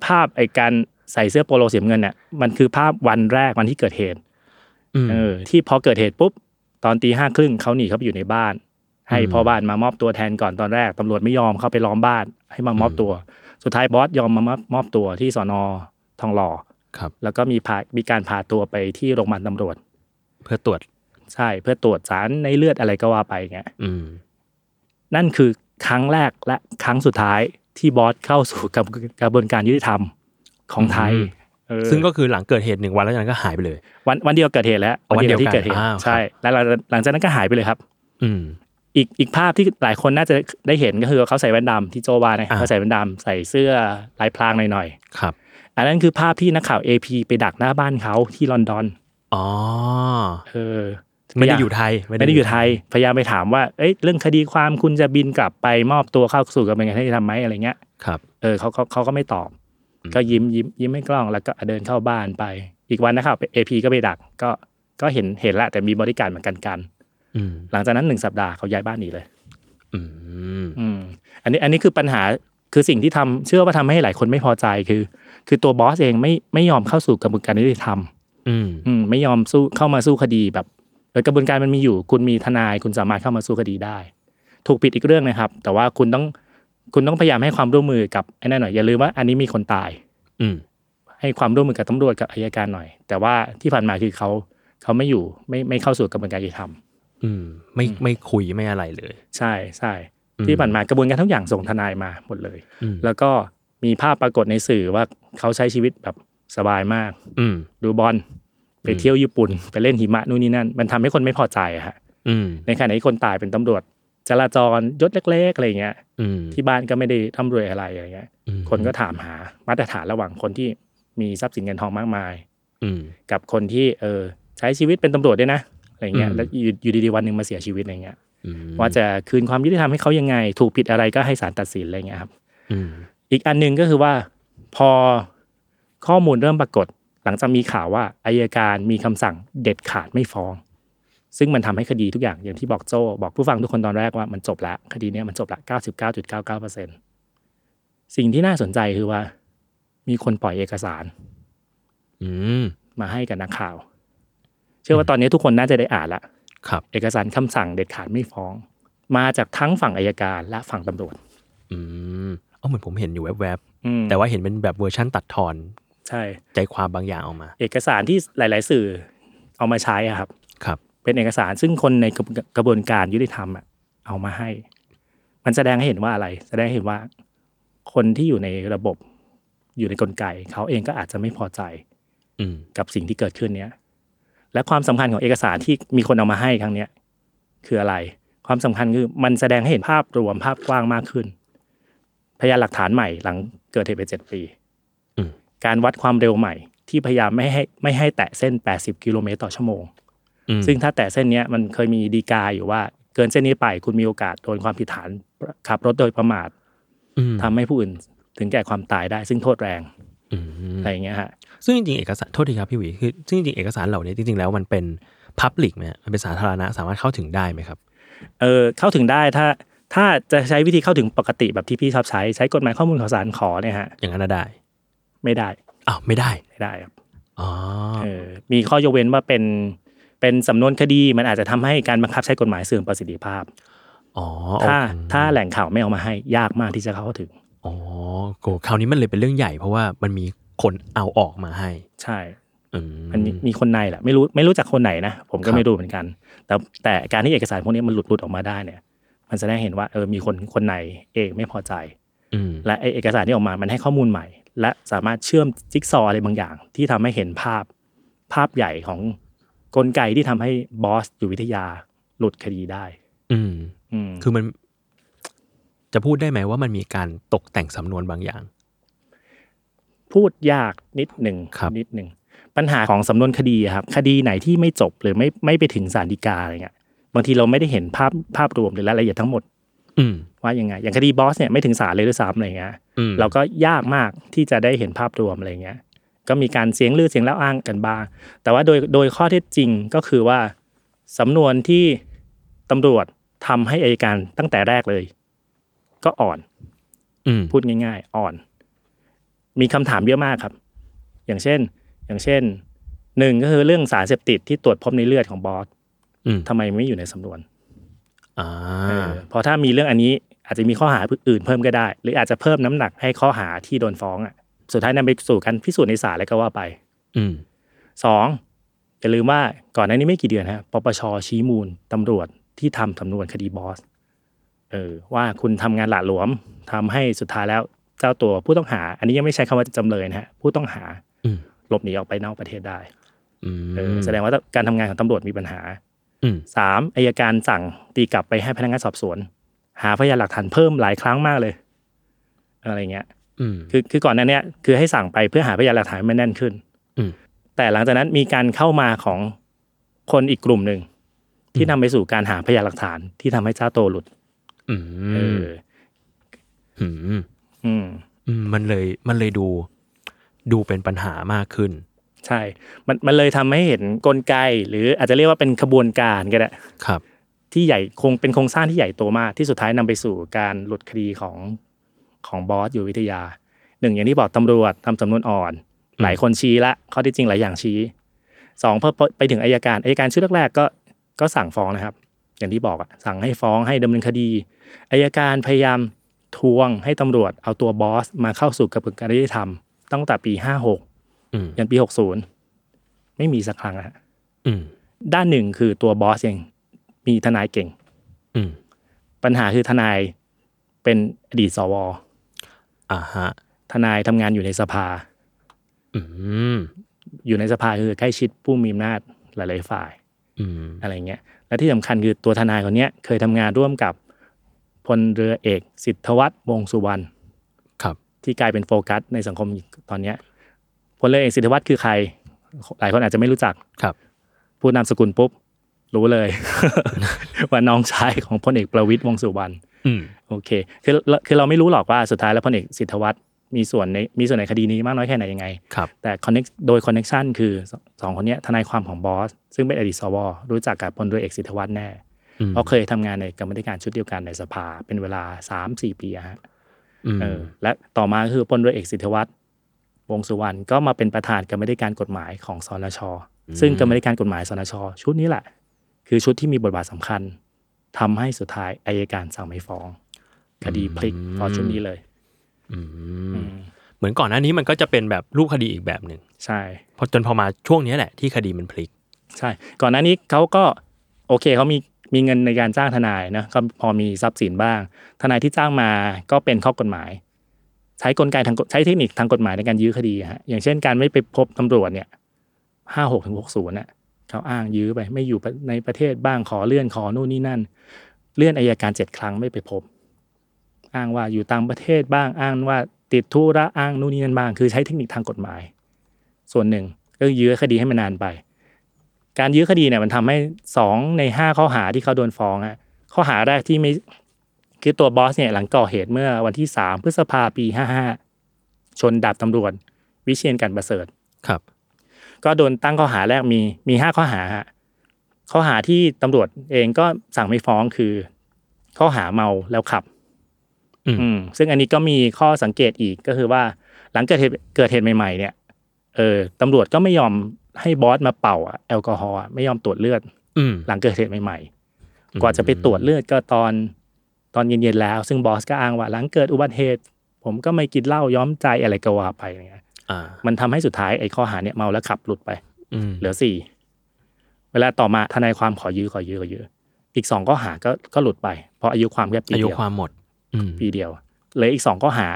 [SPEAKER 4] ภาพไอการใส่เสื้อโปโลสีน้ำเงินเนี่ยมันคือภาพวันแรกวันที่เกิดเหตุ
[SPEAKER 2] อืม
[SPEAKER 4] เออที่พอเกิดเหตุปุ๊บ ตอนตีห้าครึ่งเขาหนีเขาไปอยู่ในบ้าน ให้
[SPEAKER 2] อืม
[SPEAKER 4] พ่อบ้านมามอบตัวแทนก่อนตอนแรกตำรวจไม่ยอมเขาไปล้อมบ้าน ให้มามอบตัว สุดท้ายบอสยอมมามอบมอบตัวที่สอนอทองหล่อ
[SPEAKER 2] ครับ
[SPEAKER 4] แล้วก็มีพามีการพาตัวไปที่โรงพยาบาลตำรวจ
[SPEAKER 2] เพื่อตรวจ
[SPEAKER 4] ใช่เพื่อตรวจสารในเลือดอะไรก็ว่าไปเงี้ย
[SPEAKER 2] อืม
[SPEAKER 4] นั่นคือครั้งแรกและครั้งสุดท้ายที่บอสเข้าสู่ กระบวนกระบวนการยุติธรรมของไทย
[SPEAKER 2] อืม
[SPEAKER 4] เออ
[SPEAKER 2] ซึ่งก็คือหลังเกิดเหตุหนึ่งวันแล้วจากนั้นก็หายไปเลย
[SPEAKER 4] วันวันเดียวเกิดเหตุแล้ว
[SPEAKER 2] อ๋อวันเดียว
[SPEAKER 4] ที่เกิดเหตุ
[SPEAKER 2] กันอ้าว
[SPEAKER 4] ใช่แล้วหลังหลังจากนั้นก็หายไปเลยครับ
[SPEAKER 2] อืม
[SPEAKER 4] อีกอีกภาพที่หลายคนน่าจะได้เห็นก็คือเขาใส่แว่นดำที่โจวาเนี่ย
[SPEAKER 2] อ่า
[SPEAKER 4] เขาใส่แว่นดำใส่เสื้อลายพรางหน่อย
[SPEAKER 2] ครับ
[SPEAKER 4] ๆอันนั้นคือภาพที่นักข่าว AP ไปดักหน้าบ้านเขาที่ลอนดอน
[SPEAKER 2] อ๋อ
[SPEAKER 4] เออ
[SPEAKER 2] ไม่ได้อยู่ไทย
[SPEAKER 4] ไม่ได้อยู่ไทย พยายามไปถามว่าเอ้ยเรื่องคดีความคุณจะบินกลับไปมอบตัวเข้าสู่กระบวนการยุติธรรมไหมอะไรเงี้ย
[SPEAKER 2] ครับ
[SPEAKER 4] เออเขาเขาเขาก็ไม่ตอบ
[SPEAKER 2] อืม
[SPEAKER 4] ก็ยิ้มยิ้มยิ้มให้กล้องแล้วก็เดินเข้าบ้านไป อีกวันนะครับเอพีก็ไปดักก็ก็เห็นเห็นแหละแต่มีบริการเหมือนกันกัน
[SPEAKER 2] อืม
[SPEAKER 4] หลังจากนั้นหนึ่งสัปดาห์เขาย้ายบ้านหนีเลย
[SPEAKER 2] อืม
[SPEAKER 4] อืมอันนี้อันนี้คือปัญหาคือสิ่งที่ทำเชื่อว่าทำให้หลายคนไม่พอใจคือ คือตัวบอสเองไม่ไม่ยอมเข้าสู่กระบวนการยุติธรรม
[SPEAKER 2] อืม
[SPEAKER 4] อืมไม่ยอมสู้เข้ามาสู้คดีแบบเออกระบวนการมันมีอยู่ คุณมีทนายคุณสามารถเข้ามาสู้คดีได้ ถูกผิดอีกเรื่องนะครับ แต่ว่าคุณต้องคุณต้องพยายามให้ความร่วมมือกับไอ้นั่นหน่อยอย่าลืมว่าอันนี้มีคนตาย
[SPEAKER 2] อืม
[SPEAKER 4] ให้ความร่วมมือกับตำรวจกับอายการหน่อย แต่ว่าที่ผ่านมาคือเขาเขาไม่อยู่ไม่ไม่เข้าสู่กระบวนการยุติธรรม
[SPEAKER 2] อืม ไม่ไม่คุยไม่อะไรเลย
[SPEAKER 4] ใช่ใช่
[SPEAKER 2] อืม
[SPEAKER 4] ที่ผ่านมากระบวนการทุกอย่างส่งทนายมาหมดเลย
[SPEAKER 2] อืม
[SPEAKER 4] แล้วก็มีภาพปรากฏในสื่อว่าเขาใช้ชีวิตแบบสบายมาก
[SPEAKER 2] อืม
[SPEAKER 4] ดูบอลไปเที่ยวญี่ปุ่น ไปเล่นหิมะนู่นนี่นั่น มันทำให้คนไม่พอใจอะฮะ
[SPEAKER 2] อืม
[SPEAKER 4] ในขณะที่คนตายเป็นตำรวจ จราจรยศเล็กๆอะไรอย่างเงี้ย
[SPEAKER 2] อืม
[SPEAKER 4] ที่บ้านก็ไม่ได้ร่ำรวยอะไรอะไรเงี้ย
[SPEAKER 2] อืม
[SPEAKER 4] คนก็ถามหามาตรฐานระหว่างคนที่มีทรัพย์สินเงินทองมากมาย
[SPEAKER 2] อืม
[SPEAKER 4] กับคนที่เออใช้ชีวิตเป็นตำรวจด้วยนะอะไรเงี้ย
[SPEAKER 2] อืม
[SPEAKER 4] แล้วอยู่อยู่ดีๆวันหนึ่งมาเสียชีวิตอะไรเงี้ย
[SPEAKER 2] อืม
[SPEAKER 4] ว่าจะคืนความยุติธรรมให้เขายังไง ถูกผิดอะไรก็ให้ศาลตัดสินอะไรเงี้ยครับ
[SPEAKER 2] อืม
[SPEAKER 4] อีกอันหนึ่งก็คือว่าพอข้อมูลเริ่มปรากฏ หลังจากมีข่าวว่าอายการมีคำสั่งเด็ดขาดไม่ฟ้อง ซึ่งมันทำให้คดีทุกอย่างอย่างที่บอกโจ้บอกผู้ฟังทุกคนตอนแรกว่ามันจบละคดีเนี้ยมันจบละ 99.99%สิ่งที่น่าสนใจคือว่า มีคนปล่อยเอกสาร
[SPEAKER 2] อืม
[SPEAKER 4] มาให้กับนักข่าว เชื่อว่าตอนนี้ทุกคนน่าจะได้อ่านละ
[SPEAKER 2] ครับ
[SPEAKER 4] เอกสารคำสั่งเด็ดขาดไม่ฟ้อง มาจากทั้งฝั่งอายการและฝั่งตำรวจ
[SPEAKER 2] อืม เออเหมือนผมเห็นอยู่แวบ
[SPEAKER 4] อืม
[SPEAKER 2] ๆ แต่ว่าเห็นเป็นแบบเวอร์ชั่นตัดทอน
[SPEAKER 4] ใช่
[SPEAKER 2] ใจความบางอย่างออกมา
[SPEAKER 4] เอกสารที่หลาย ๆ สื่อเอามาใช้อะครับ
[SPEAKER 2] ครับ
[SPEAKER 4] เป็นเอกสารซึ่งคนในกระบวนกระบวนการยุติธรรมอะเอามาให้ มันแสดงให้เห็นว่าอะไร แสดงให้เห็นว่า คนที่อยู่ในระบบอยู่ในกลไก เขาเองก็อาจจะไม่พอใจ
[SPEAKER 2] อืม
[SPEAKER 4] กับสิ่งที่เกิดขึ้นเนี้ยและความสำคัญของเอกสารที่มีคนเอามาให้ครั้งเนี้ยคืออะไร ความสำคัญคือมันแสดงให้เห็นภาพรวมภาพกว้างมากขึ้น พยานหลักฐานใหม่หลังเกิดเหตุไปเจ็ดปี
[SPEAKER 2] อืม
[SPEAKER 4] การวัดความเร็วใหม่ ที่พยายามไม่ให้ไม่ให้แตะเส้น 80 กิโลเมตรต่อชั่วโมง
[SPEAKER 2] อืม
[SPEAKER 4] ซึ่งถ้าแต่เส้นเนี้ยมันเคยมีดีกาอยู่ว่า เกินเส้นนี้ไปคุณมีโอกาสโดนความผิดฐานขับรถโดยประมาท
[SPEAKER 2] อืม
[SPEAKER 4] ทำให้ผู้อื่นถึงแก่ความตายได้ ซึ่งโทษแรง
[SPEAKER 2] อืม
[SPEAKER 4] อะไรอย่างเงี้ยฮะ
[SPEAKER 2] ซึ่งจริงๆเอกสารโทษทีครับพี่หวีคือซึ่งจริงๆเอกสารเหล่านี้จริงๆแล้วมันเป็นพับลิกไหมฮะมันเป็นสาธารณะสามารถเข้าถึงได้ไหมครับ
[SPEAKER 4] เออเข้าถึงได้ถ้าถ้าจะใช้วิธีเข้าถึงปกติแบบที่พี่ชอบใช้ใช้กฎหมายข้อมูลข่าวสารขอเนี่ยฮะ
[SPEAKER 2] อย่างนั้นนะได้
[SPEAKER 4] ไม่ได้
[SPEAKER 2] อ้าวไม่ได้
[SPEAKER 4] ไม่ได้ครับ
[SPEAKER 2] อ๋อ
[SPEAKER 4] เออมีข้อยกเว้นว่าเป็นเป็นสำนวนคดีมันอาจจะทำให้การบังคับใช้กฎหมายเสื่อมประสิทธิภาพ
[SPEAKER 2] อ๋อ
[SPEAKER 4] ถ้า
[SPEAKER 2] โอเค
[SPEAKER 4] ถ้าแหล่งข่าวไม่เอามาให้ยากมากที่จะเข้าถึง
[SPEAKER 2] อ๋อโกคราวนี้มันเลยเป็นเรื่องใหญ่เพราะว่ามันมีคนเอาออกมาให้
[SPEAKER 4] ใช่
[SPEAKER 2] อื
[SPEAKER 4] มันมีมีคนในแหละไม่รู้ไม่รู้จักคนไหนนะผมก็ไม่รู้เหมือนกัน แต่แต่การที่เอกสารพวกนี้มันหลุดหลุดออกมาได้เนี่ย มันแสดงให้เห็นว่าเออมีคนคนไหนเองไม่พอใจ
[SPEAKER 2] อืม
[SPEAKER 4] และไอ้เอกสารที่ออกมามันให้ข้อมูลใหม่ และสามารถเชื่อมจิ๊กซอว์อะไรบางอย่าง ที่ทำให้เห็นภาพภาพใหญ่ของกลไกที่ทำให้บอสอยู่วิทยาหลุดคดีได้
[SPEAKER 2] อืม
[SPEAKER 4] อืม
[SPEAKER 2] คือมัน จะพูดได้ไหมว่ามันมีการตกแต่งสำนวนบางอย่าง
[SPEAKER 4] พูดยากนิดหนึ่ง
[SPEAKER 2] ครับ
[SPEAKER 4] นิดหนึ่งปัญหาของสำนวนคดีอะครับคดีไหนที่ไม่จบหรือไม่ไม่ไปถึงศาลฎีกาอะไรเงี้ยบางทีเราไม่ได้เห็นภาพภาพรวมหรือรายละเอียดทั้งหมด
[SPEAKER 2] อืม
[SPEAKER 4] ว่ายังไงอย่างคดีบอสเนี่ยไม่ถึงศาลเลยด้วยซ้ำอะไรเงี้ย
[SPEAKER 2] อืม
[SPEAKER 4] เราก็ยากมากที่จะได้เห็นภาพรวมอะไรเงี้ยก็มีการเสียงลือเสียงเล่าอ้างกันบ้าง แต่ว่าโดยโดยข้อเท็จจริงก็คือว่าสำนวนที่ตำรวจทำให้อายการตั้งแต่แรกเลย ก็อ่อน
[SPEAKER 2] อืม
[SPEAKER 4] พูดง่าย ๆ อ่อน มีคำถามเยอะมากครับ อย่างเช่น อย่างเช่นหนึ่งก็คือเรื่องสารเสพติดที่ตรวจพบในเลือดของบอส
[SPEAKER 2] อืม
[SPEAKER 4] ทำไมไม่อยู่ในสำนวน
[SPEAKER 2] อ่า
[SPEAKER 4] เออเพอถ้ามีเรื่องอันนี้อาจจะมีข้อหาอื่นเพิ่มก็ได้ หรืออาจจะเพิ่มน้ำหนักให้ข้อหาที่โดนฟ้องอ่ะสุดท้ายนำไปสู่การพิสูจน์ในศาลแล้วก็ว่าไป
[SPEAKER 2] อืม
[SPEAKER 4] สองอย่าลืมว่าก่อนหน้านี้ไม่กี่เดือนฮะปปชชี้มูลตำรวจที่ทำสำนวนคดีบอสเออว่าคุณทำงานหละหลวมทำให้สุดท้ายแล้วเจ้าตัวผู้ต้องหา อันนี้ยังไม่ใช้คำว่าจำเลยนะฮะผู้ต้องหา
[SPEAKER 2] อืม
[SPEAKER 4] หลบหนีออกไปนอกประเทศได้
[SPEAKER 2] อืม
[SPEAKER 4] เอออแสดงว่าการทำงานของตำรวจมีปัญหา
[SPEAKER 2] อืม
[SPEAKER 4] สามอายการสั่งตีกลับไปให้พนักงานสอบสวน หาพยานหลักฐานเพิ่มหลายครั้งมากเลย อะไรเงี้ย
[SPEAKER 2] อืม
[SPEAKER 4] คือคือก่อนหน้าเนี้ยคือให้สั่งไปเพื่อหาพยานหลักฐานให้มันแน่นขึ้น
[SPEAKER 2] อืม
[SPEAKER 4] แต่หลังจากนั้นมีการเข้ามาของคนอีกกลุ่มหนึ่ง ที่นำไปสู่การหาพยานหลักฐานที่ทำให้เจ้าโตวหลุด
[SPEAKER 2] อื
[SPEAKER 4] เอ
[SPEAKER 2] ม
[SPEAKER 4] อ
[SPEAKER 2] อืม
[SPEAKER 4] อืม
[SPEAKER 2] อืมมันเลยมันเลยดูดูเป็นปัญหามากขึ้น
[SPEAKER 4] ใช่ มันมันเลยทำให้เห็นกลไก หรืออาจจะเรียกว่าเป็นขบวนการก็ได้
[SPEAKER 2] ครับ
[SPEAKER 4] ที่ใหญ่คงเป็นโครงสร้างที่ใหญ่โตมากที่สุดท้ายนำไปสู่การหลุดคดีของของบอสอยู่วิทยาหนึ่งอย่างที่บอกตำรวจทำสำนวนอ่อน
[SPEAKER 2] อืม
[SPEAKER 4] หลายคนชี้ละข้อที่จริงหลายอย่างชี้สองพอพอไปถึงอายการอายการชุดแรกๆก็ก็สั่งฟ้องนะครับ อย่างที่บอกอะสั่งให้ฟ้องให้ดำเนินคดีอายการพยายามทวงให้ตำรวจเอาตัวบอสมาเข้าสู่กระบวนการยุติธรรมตั้งแต่ปีห้าหก
[SPEAKER 2] อืม
[SPEAKER 4] ยันปีหกศูนย์ไม่มีสักครั้งนะฮะ
[SPEAKER 2] อืม
[SPEAKER 4] ด้านหนึ่งคือตัวบอสเองมีทนายเก่ง
[SPEAKER 2] อืม
[SPEAKER 4] ปัญหาคือทนายเป็นอดีตสว
[SPEAKER 2] อ่าฮะ
[SPEAKER 4] ทนายทำงานอยู่ในสภา
[SPEAKER 2] อืม
[SPEAKER 4] อยู่ในสภาคือใกล้ชิดผู้มีอำนาจหลายๆฝ่าย
[SPEAKER 2] อืม
[SPEAKER 4] อะไรเงี้ย และที่สำคัญคือตัวทนายคนเนี้ยเคยทำงานร่วมกับพลเรือเอกสิทธวัฒน์วงษ์สุวรรณ
[SPEAKER 2] ครับ
[SPEAKER 4] ที่กลายเป็นโฟกัสในสังคมตอนเนี้ยพลเรือเอกสิทธวัฒน์คือใคร หลายคนอาจจะไม่รู้จัก
[SPEAKER 2] ครับ
[SPEAKER 4] พูดนามสกุลปุ๊บ รู้เลย ว่าน้องชายของพลเอกประวิตยวงษ์สุวรรณ
[SPEAKER 2] อืม
[SPEAKER 4] โอเค คือเราคือเราไม่รู้หรอกว่าสุดท้ายแล้วพลเอกสิทธวัฒน์มีส่วนในมีส่วนในคดีนี้มากน้อยแค่ไหนยังไง
[SPEAKER 2] ครับ
[SPEAKER 4] แต่ connect โดยคอนเน็ชันคือสสองคนเนี้ยทนายความของบอส ซึ่งเป็นอดีตสว รู้จักกับพลเรือเอกสิทธวัฒน์แน่
[SPEAKER 2] อืม
[SPEAKER 4] เพราะเคยทำงานในกรรมาธิการชุดเดียวกันในสภา เป็นเวลา 3 4 ปีอะฮะ
[SPEAKER 2] อืม
[SPEAKER 4] เออและต่อมาก็คือพลเรือเอกสิทธวัฒน์วงษ์สุวรรณก็มาเป็นประธานกรรมาธิการกฎหมายของสนช ซึ่งกรรมาธิการกฎหมายสนช ชุดนี้แหละ คือชุดที่มีบทบาทสำคัญทำให้สุดท้ายอายการสั่งไม่ฟ้อง คดีพลิกพอชุดนี้เลย
[SPEAKER 2] อืม
[SPEAKER 4] อืม
[SPEAKER 2] มือนก่อนหน้านี้มันก็จะเป็นแบบรูปคดีอีกแบบหนึ่ง
[SPEAKER 4] ใช่
[SPEAKER 2] พอจนพอมาช่วงเนี้ยแหละที่คดีมันพลิก
[SPEAKER 4] ใช่ ก่อนหน้านี้เขาก็โอเคเขามีมีเงินในการจ้างทนายนะก็พอมีทรัพย์สินบ้าง ทนายที่จ้างมาก็เป็นข้อกฎหมาย ใช้กลไกทางกฎใช้เทคนิคทางกฎหมายในการยื้อคดีฮะอย่างเช่นการไม่ไปพบตำรวจเนี่ยห้าหกถึงหกศูนย์น่ะเขาอ้างยื้อไปไม่อยู่ในประเทศบ้างขอเลื่อนขอนู่นนี่นั่น เลื่อนอายการเจ็ดครั้งไม่ไปพบ อ้างว่าอยู่ต่างประเทศบ้างอ้างว่าติดธุระอ้างนู่นนี่นั่นบ้าง คือใช้เทคนิคทางกฎหมาย ส่วนหนึ่งก็ยื้อคดีให้มันนานไป การยื้อคดีเนี่ยมันทำให้สองในห้าข้อหาที่เขาโดนฟ้องอะข้อหาแรกที่ไม่คือตัวบอสเนี่ยหลังก่อเหตุเมื่อวันที่สามพฤษภาปีห้าห้าชนดาบตำรวจ วิเชียนกันต์ประเสริฐ
[SPEAKER 2] ครับ
[SPEAKER 4] ก็โดนตั้งข้อหาแรกมีมีห้าข้อหาฮะข้อหาที่ตำรวจเองก็สั่งไม่ฟ้องคือ ข้อหาเมาแล้วขับ
[SPEAKER 2] อืม
[SPEAKER 4] อืมซึ่งอันนี้ก็มีข้อสังเกตอีกก็คือว่า หลังเกิดเหตุเกิดเหตุใหม่ ๆ เนี่ยเออตำรวจก็ไม่ยอมให้บอสมาเป่าอะแอลกอฮอล์อะไม่ยอมตรวจเลือด
[SPEAKER 2] อืม
[SPEAKER 4] หลังเกิดเหตุใหม่ๆ กว่าจะไปตรวจเลือดก็ตอนตอนเย็นๆแล้ว ซึ่งบอสก็อ้างว่าหลังเกิดอุบัติเหตุ ผมก็ไม่กินเหล้าย้อมใจอะไรก็ว่าไปเนี่ย
[SPEAKER 2] อ่า
[SPEAKER 4] มันทำให้สุดท้ายไอ้ข้อหาเนี่ยเมาแล้วขับหลุดไป
[SPEAKER 2] อืม
[SPEAKER 4] เหลือสี่เวลาต่อมาทนายความขอยื้อขอยื้อขอยื้ออีกสองข้อหาก็ก็หลุดไป เพราะอายุความแค่ปี
[SPEAKER 2] อายุ
[SPEAKER 4] เดียว
[SPEAKER 2] ความหมด อืม
[SPEAKER 4] ปีเดียวเหลืออีกสองข้อหา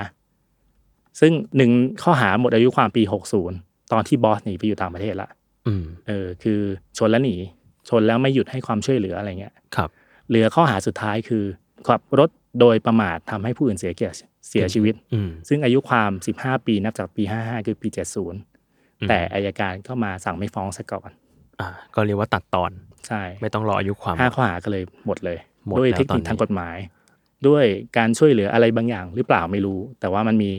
[SPEAKER 4] ซึ่งหนึ่งข้อหาหมดอายุความปีหกศูนย์ตอนที่บอสหนีไปอยู่ต่างประเทศละ
[SPEAKER 2] อืม
[SPEAKER 4] เออคือชนแล้วหนี ชนแล้วไม่หยุดให้ความช่วยเหลืออะไรเงี้ย
[SPEAKER 2] ครับ
[SPEAKER 4] เหลือข้อหาสุดท้ายคือขับรถโดยประมาททำให้ผู้อื่นเสียเกียรติเสียชีวิต
[SPEAKER 2] อืม
[SPEAKER 4] ซึ่งอายุความ 15 ปีนับจากปี 55 คือปี
[SPEAKER 2] อืม
[SPEAKER 4] 70 แต่อายการก็มาสั่งไม่ฟ้องซะก่อน
[SPEAKER 2] อ่า ก็เรียกว่าตัดตอน
[SPEAKER 4] ใช่
[SPEAKER 2] ไม่ต้องรออายุความ
[SPEAKER 4] ห้าข้อหาก็เลยหมดเลย
[SPEAKER 2] หมด
[SPEAKER 4] ด้วย
[SPEAKER 2] แล้ว
[SPEAKER 4] เทคนิค
[SPEAKER 2] ตอนนี้
[SPEAKER 4] ทางกฎหมาย ด้วยการช่วยเหลืออะไรบางอย่างหรือเปล่าไม่รู้ แต่ว่ามันมี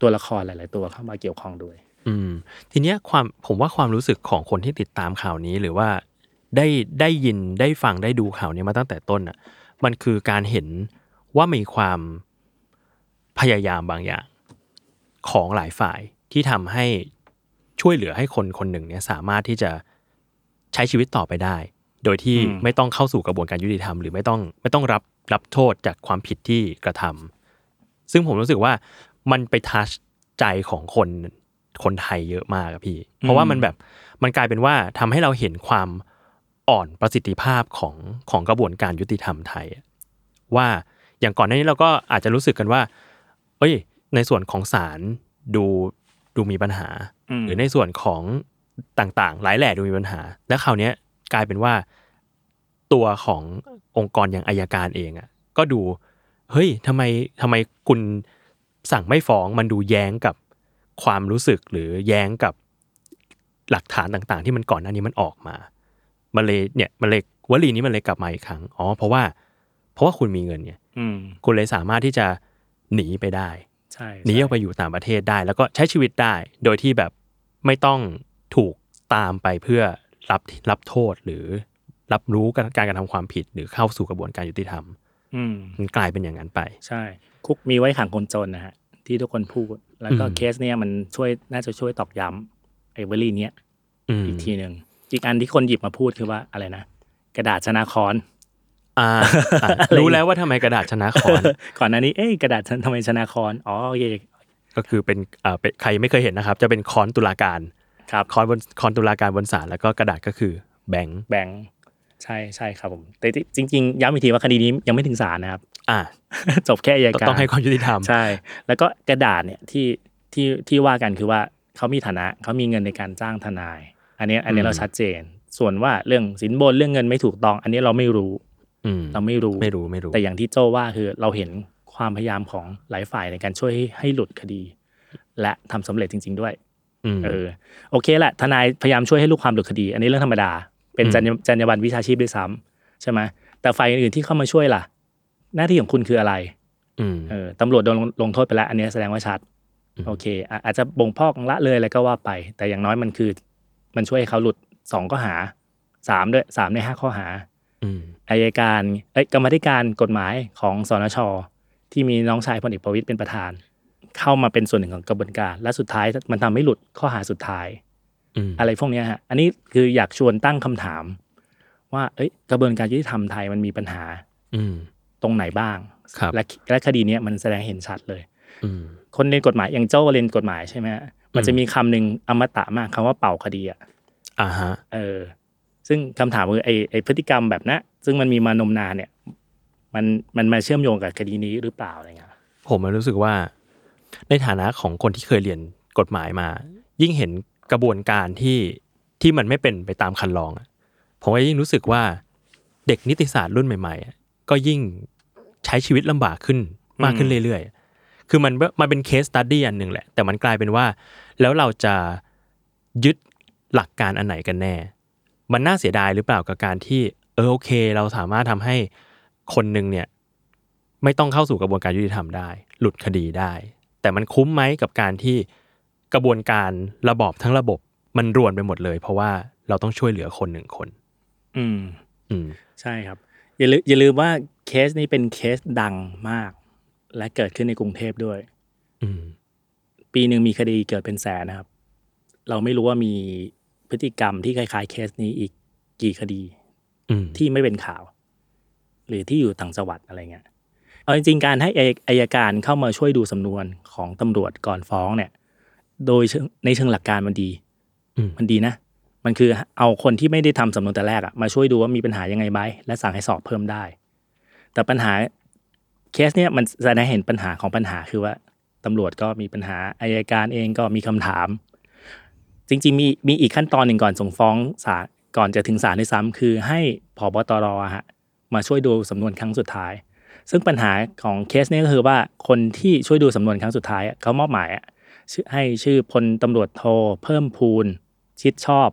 [SPEAKER 4] ตัวละครหลาย ๆ ตัวเข้ามาเกี่ยวข้องด้วย
[SPEAKER 2] อืมทีเนี้ยความผมว่าความรู้สึกของคนที่ติดตามข่าวนี้หรือว่าได้ได้ยินได้ฟังได้ดูข่าวนี้มาตั้งแต่ต้นอ่ะ มันคือการเห็นว่ามีความพยายามบางอย่าง ของหลายฝ่ายที่ทำให้ช่วยเหลือให้คนคนหนึ่งเนี่ยสามารถที่จะใช้ชีวิตต่อไปได้ โดยที่
[SPEAKER 4] อืม
[SPEAKER 2] ไม่ต้องเข้าสู่กระบวนการยุติธรรมหรือไม่ต้องไม่ต้องรับรับโทษจากความผิดที่กระทำ ซึ่งผมรู้สึกว่ามันไปทัชใจของคนคนไทยเยอะมากอะพี่ เพราะว่ามันแบบมันกลายเป็นว่าทำให้เราเห็นความอ่อนประสิทธิภาพของของกระบวนการยุติธรรมไทยอะว่าอย่างก่อนหน้านี้เราก็อาจจะรู้สึกกันว่า เอ้ย ในส่วนของศาลดูดูมีปัญหา
[SPEAKER 4] อืม
[SPEAKER 2] หรือในส่วนของต่างๆ หลายแหล่ดูมีปัญหา และคราวเนี้ยกลายเป็นว่าตัวขององค์กรอย่างอายการเองอะก็ดู เฮ้ยทำไมทำไมคุณสั่งไม่ฟ้องมันดูแย้งกับความรู้สึกหรือแย้งกับหลักฐานต่างๆ ที่มันก่อนหน้านี้มันออกมา มันเลยเนี่ยมันเลยวลีนี้มันเลยกลับมาอีกครั้ง อ๋อ เพราะว่า เพราะว่าคุณมีเงินเนี่ย
[SPEAKER 4] อืม
[SPEAKER 2] คุณเลยสามารถที่จะหนีไปได้
[SPEAKER 4] ใช่
[SPEAKER 2] หนีออกไปอยู่ต่างประเทศได้ แล้วก็ใช้ชีวิตได้ โดยที่แบบไม่ต้องถูกตามไปเพื่อรับรับโทษหรือรับรู้การการกระทำความผิด หรือเข้าสู่กระบวนการยุติธรรม
[SPEAKER 4] อืม
[SPEAKER 2] มันกลายเป็นอย่างนั้นไป
[SPEAKER 4] ใช่ คุกมีไว้ขังคนจนนะฮะ ที่ทุกคนพูด แล้วก็
[SPEAKER 2] อืม
[SPEAKER 4] เคสเนี่ยมันช่วยน่าจะช่วยตอกย้ำไอ้เวลีเนี้ย
[SPEAKER 2] อืม
[SPEAKER 4] อีกทีหนึ่งอีกอันที่คนหยิบมาพูดคือว่าอะไรนะ กระดาษชนะคอน
[SPEAKER 2] อ่า อ่ะรู้แล้วว่าทำไมกระดาษชนะคอน
[SPEAKER 4] ก่อนหน้านี้เอ้ยกระดาษชนะทำไมชนะคอนอ๋อโอเค
[SPEAKER 2] ก็คือเป็นอ่าเป็นใครไม่เคยเห็นนะครับ จะเป็นคอนตุลาการ
[SPEAKER 4] ครับ
[SPEAKER 2] คอนบนคอนตุลาการบนศาลแล้วก็กระดาษก็คือแบงค์
[SPEAKER 4] แบงค์ใช่ใช่ครับผม แต่จริง ๆ ย้ำอีกทีว่าคดีนี้ยังไม่ถึงศาลนะครับ
[SPEAKER 2] อ่า
[SPEAKER 4] จบแค่อัยการ
[SPEAKER 2] ต้องให้ความยุติธรรม
[SPEAKER 4] ใช่ แล้วก็กระดาษเนี่ยที่ที่ที่ว่ากันคือว่าเขามีฐานะเขามีเงินในการจ้างทนาย อันเนี้ยอันเนี้ยเราชัดเจน ส่วนว่าเรื่องสินบนเรื่องเงินไม่ถูกต้อง อันเนี้ยเราไม่รู้
[SPEAKER 2] อืม
[SPEAKER 4] เราไม่รู้
[SPEAKER 2] ไม่รู้ไม่รู้
[SPEAKER 4] แต่อย่างที่โจว่าคือเราเห็นความพยายามของหลายฝ่ายในการช่วยให้ให้หลุดคดี และทำสำเร็จจริง ๆ ด้วย
[SPEAKER 2] อืม
[SPEAKER 4] เออโอเคแหละทนายพยายามช่วยให้ลูกความหลุดคดี อันนี้เรื่องธรรมดา เป็น
[SPEAKER 2] อืม
[SPEAKER 4] จรรยาจรรยาบรรณวิชาชีพด้วยซ้ำใช่ไหมแต่ฝ่ายอื่นๆที่เข้ามาช่วยล่ะ หน้าที่ของคุณคืออะไร
[SPEAKER 2] อืม
[SPEAKER 4] เออตำรวจโดนลงลงโทษไปแล้ว อันเนี้ยแสดงว่าชัด
[SPEAKER 2] อืม
[SPEAKER 4] โอเคอ่ะอาจจะบ่งพอกละเลยอะไรก็ว่าไป แต่อย่างน้อยมันคือ มันช่วยให้เขาหลุดสองข้อหาสามด้วยสามในห้าข้อหา
[SPEAKER 2] อืม
[SPEAKER 4] อายการเอ้ยกรรมาธิการกฎหมายของสนชที่มีน้องชายพลเอกประวิตยเป็นประธาน เข้ามาเป็นส่วนหนึ่งของกระบวนการ และสุดท้ายมันทำให้หลุดข้อหาสุดท้าย
[SPEAKER 2] อืม
[SPEAKER 4] อะไรพวกเนี้ยฮะ อันนี้คืออยากชวนตั้งคำถาม ว่าเอ้ยกระบวนการยุติธรรมไทยมันมีปัญหา
[SPEAKER 2] อืม
[SPEAKER 4] ตรงไหนบ้าง
[SPEAKER 2] ครับ
[SPEAKER 4] และและคดีเนี้ยมันแสดงเห็นชัดเลย
[SPEAKER 2] อืม
[SPEAKER 4] คนเรียนกฎหมายอย่างเจ้าเรียนกฎหมายใช่ไหมฮะมันจะมีคำหนึ่งอมตะมากคำว่าเป่าคดีอ่ะ
[SPEAKER 2] อ่าฮะ
[SPEAKER 4] เออซึ่งคำถามคือไอ้ไอ้พฤติกรรมแบบนะซึ่งมันมีมานมนานเนี่ย มันมันมาเชื่อมโยงกับคดีนี้หรือเปล่าอะไรเงี้ย
[SPEAKER 2] ผมอะรู้สึกว่า ในฐานะของคนที่เคยเรียนกฎหมายมา ยิ่งเห็นกระบวนการที่ที่มันไม่เป็นไปตามคันลองอะผมก็ยิ่งรู้สึกว่าเด็กนิติศาสตร์รุ่นใหม่ๆอะก็ยิ่งใช้ชีวิตลำบากขึ้นมากขึ้นเรื่อยๆ คือมันมันเป็นเคสตัดดี้อันหนึ่งแหละ แต่มันกลายเป็นว่า แล้วเราจะยึดหลักการอันไหนกันแน่ มันน่าเสียดายหรือเปล่ากับการที่ เออโอเค เราสามารถทำให้คนหนึ่งเนี่ย ไม่ต้องเข้าสู่กระบวนการยุติธรรมได้ หลุดคดีได้ แต่มันคุ้มไหมกับการที่กระบวนการระบอบทั้งระบบมันรวนไปหมดเลย เพราะว่าเราต้องช่วยเหลือคนหนึ่งคน
[SPEAKER 4] อืม
[SPEAKER 2] อืม
[SPEAKER 4] ใช่ครับ อย่าลืมอย่าลืมว่าเคสนี้เป็นเคสดังมาก และเกิดขึ้นในกรุงเทพด้วย
[SPEAKER 2] อืม
[SPEAKER 4] ปีหนึ่งมีคดีเกิดเป็นแสนนะครับ เราไม่รู้ว่ามีพฤติกรรมที่คล้ายๆเคสนี้อีกกี่คดี
[SPEAKER 2] อืม
[SPEAKER 4] ที่ไม่เป็นข่าว หรือที่อยู่ต่างจังหวัดอะไรเงี้ยเอาจริงๆการให้อัยอายการเข้ามาช่วยดูสำนวนของตำรวจก่อนฟ้องเนี่ย โดยเชิงในเชิงหลักการมันดี
[SPEAKER 2] อืม
[SPEAKER 4] มันดีนะ มันคือเอาคนที่ไม่ได้ทำสำนวนแต่แรกอะมาช่วยดูว่ามีปัญหายังไงไหมและสั่งให้สอบเพิ่มได้ แต่ปัญหาเคสเนี่ยมันแสดงให้เห็นปัญหาของปัญหาคือว่าตำรวจก็มีปัญหาอายการเองก็มีคำถาม จริงๆมีมีอีกขั้นตอนหนึ่งก่อนส่งฟ้องศาลก่อนจะถึงศาลด้วยซ้ำคือให้ผบตรอะฮะมาช่วยดูสำนวนครั้งสุดท้าย ซึ่งปัญหาของเคสเนี่ยก็คือว่าคนที่ช่วยดูสำนวนครั้งสุดท้ายอะเขามอบหมายอะชื่อให้ชื่อพลตำรวจโทเพิ่มพูนชิดชอบ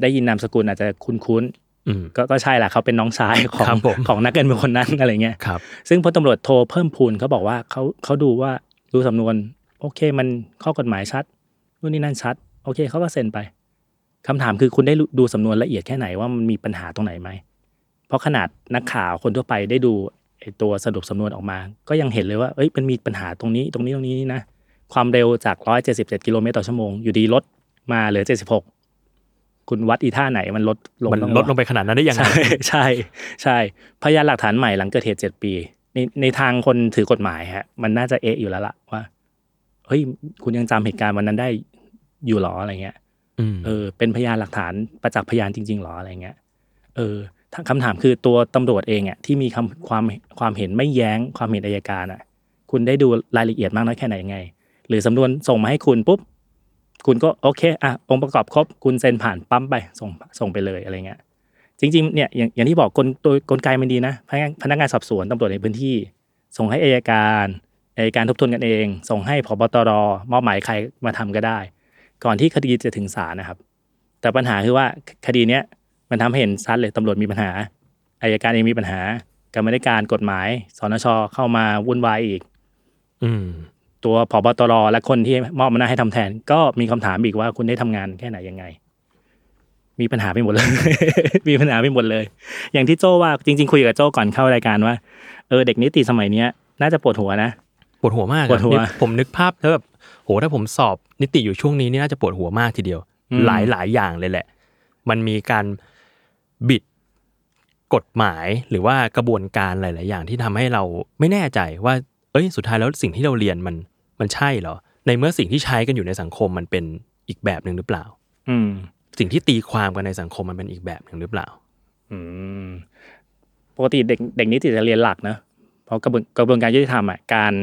[SPEAKER 4] ได้ยินนามสกุลอาจจะคุ้น
[SPEAKER 2] อืม
[SPEAKER 4] ๆก็ก็ใช่แหละเขาเป็นน้องชายขอ
[SPEAKER 2] ครั
[SPEAKER 4] ง
[SPEAKER 2] บผม
[SPEAKER 4] ของนักการเมืองคนนั้นอะไรเงี้ย
[SPEAKER 2] ครับ
[SPEAKER 4] ซึ่งพลตำรวจโทเพิ่มพูนเขาบอกว่าเขาเขาดูว่าดูสำนวน โอเค มันข้อกฎหมายชัดนู่นนี่นั่นชัด โอเคเขาก็เซ็นไปคำถามคือคุณได้ดูสำนวนละเอียดแค่ไหนว่ามันมีปัญหาตรงไหนไหม เพราะขนาดนักข่าวคนทั่วไปได้ดูไอ้ตัวสรุปสำนวนออกมา ก็ยังเห็นเลยว่าเอ้ยมันมีปัญหาตรงนี้ตรงนี้ตรงนี้นี่นะความเร็วจาก 177 กิโลเมตรต่อชั่วโมงอยู่ดีลดมาเหลือ 76 คุณวัดอีท่าไหนมันลดลง
[SPEAKER 2] มัน
[SPEAKER 4] บ้าง
[SPEAKER 2] ล
[SPEAKER 4] วะ
[SPEAKER 2] ดลงไปขนาดนั้นได้ยังไง
[SPEAKER 4] ใช่ ใช่ใช่พยานหลักฐานใหม่หลังเกิดเหตุเจ็ดปีในในทางคนถือกฎหมายฮะ มันน่าจะเอะอยู่แล้วล่ะว่าเฮ้ยคุณยังจำเหตุการณ์วันนั้นได้อยู่หรออะไรเงี้ย
[SPEAKER 2] อืม
[SPEAKER 4] เออเป็นพยานหลักฐานประจักษ์พยานจริง ๆหรออะไรเงี้ยเออถ้าคำถามคือตัวตำรวจเองอ่ะที่มีคำความความเห็นไม่แย้งความเห็นอายการอ่ะ คุณได้ดูรายละเอียดมากน้อยแค่ไหนยังไง หรือสำนวนส่งมาให้คุณปุ๊บ คุณก็โอเคอ่ะองค์ประกอบครบ คุณเซ็นผ่านปั๊มไปส่งส่งไปเลยอะไรเงี้ย จริงๆเนี่ยอย่างอย่างที่บอกกลโดยกลไกมันดีนะพนักงานพนักงานสอบสวนตำรวจในพื้นที่ ส่งให้อายการอายการทบทวนกันเอง ส่งให้พบตรมอบหมายใครมาทำก็ได้ ก่อนที่คดีจะถึงศาลนะครับ แต่ปัญหาคือว่าคคดีเนี้ยมันทำให้เห็นชัดเลยตำรวจมีปัญหาอายการเองมีปัญหา กรรมาธิการกฎหมายสนชเข้ามาวุ่นวายอีก
[SPEAKER 2] อืม
[SPEAKER 4] ตัวผบตรและคนที่มอบอำนาจให้ทำแทน ก็มีคำถามอีกว่าคุณได้ทำงานแค่ไหนยังไง มีปัญหาไปหมดเลย มีปัญหาไปหมดเลย อย่างที่โจ้ว่าจริง ๆ คุยกับโจ้ก่อนเข้ารายการว่าเออเด็กนิติสมัยเนี้ยน่าจะปวดหัวนะ
[SPEAKER 2] ปวดหัวมากอะ
[SPEAKER 4] ปวดหัว
[SPEAKER 2] นี่ผมนึกภาพแล้วแบบโหถ้าผมสอบนิติอยู่ช่วงนี้นี่น่าจะปวดหัวมากทีเดียว
[SPEAKER 4] อืม
[SPEAKER 2] หลายหลายอย่างเลยแหละ มันมีการบิดกฎหมายหรือว่ากระบวนการหลาย ๆ อย่างที่ทำให้เราไม่แน่ใจว่า เอ้ย สุดท้ายแล้วสิ่งที่เราเรียนมันมันใช่เหรอ ในเมื่อสิ่งที่ใช้กันอยู่ในสังคมมันเป็นอีกแบบหนึ่งหรือเปล่า
[SPEAKER 4] อืม
[SPEAKER 2] สิ่งที่ตีความกันในสังคมมันเป็นอีกแบบหนึ่งหรือเปล่า
[SPEAKER 4] อืมปกติเด็กเด็กนิติจะเรียนหลักนะเพราะกระบวนกระบวนการยุติธรรมอ่ะการ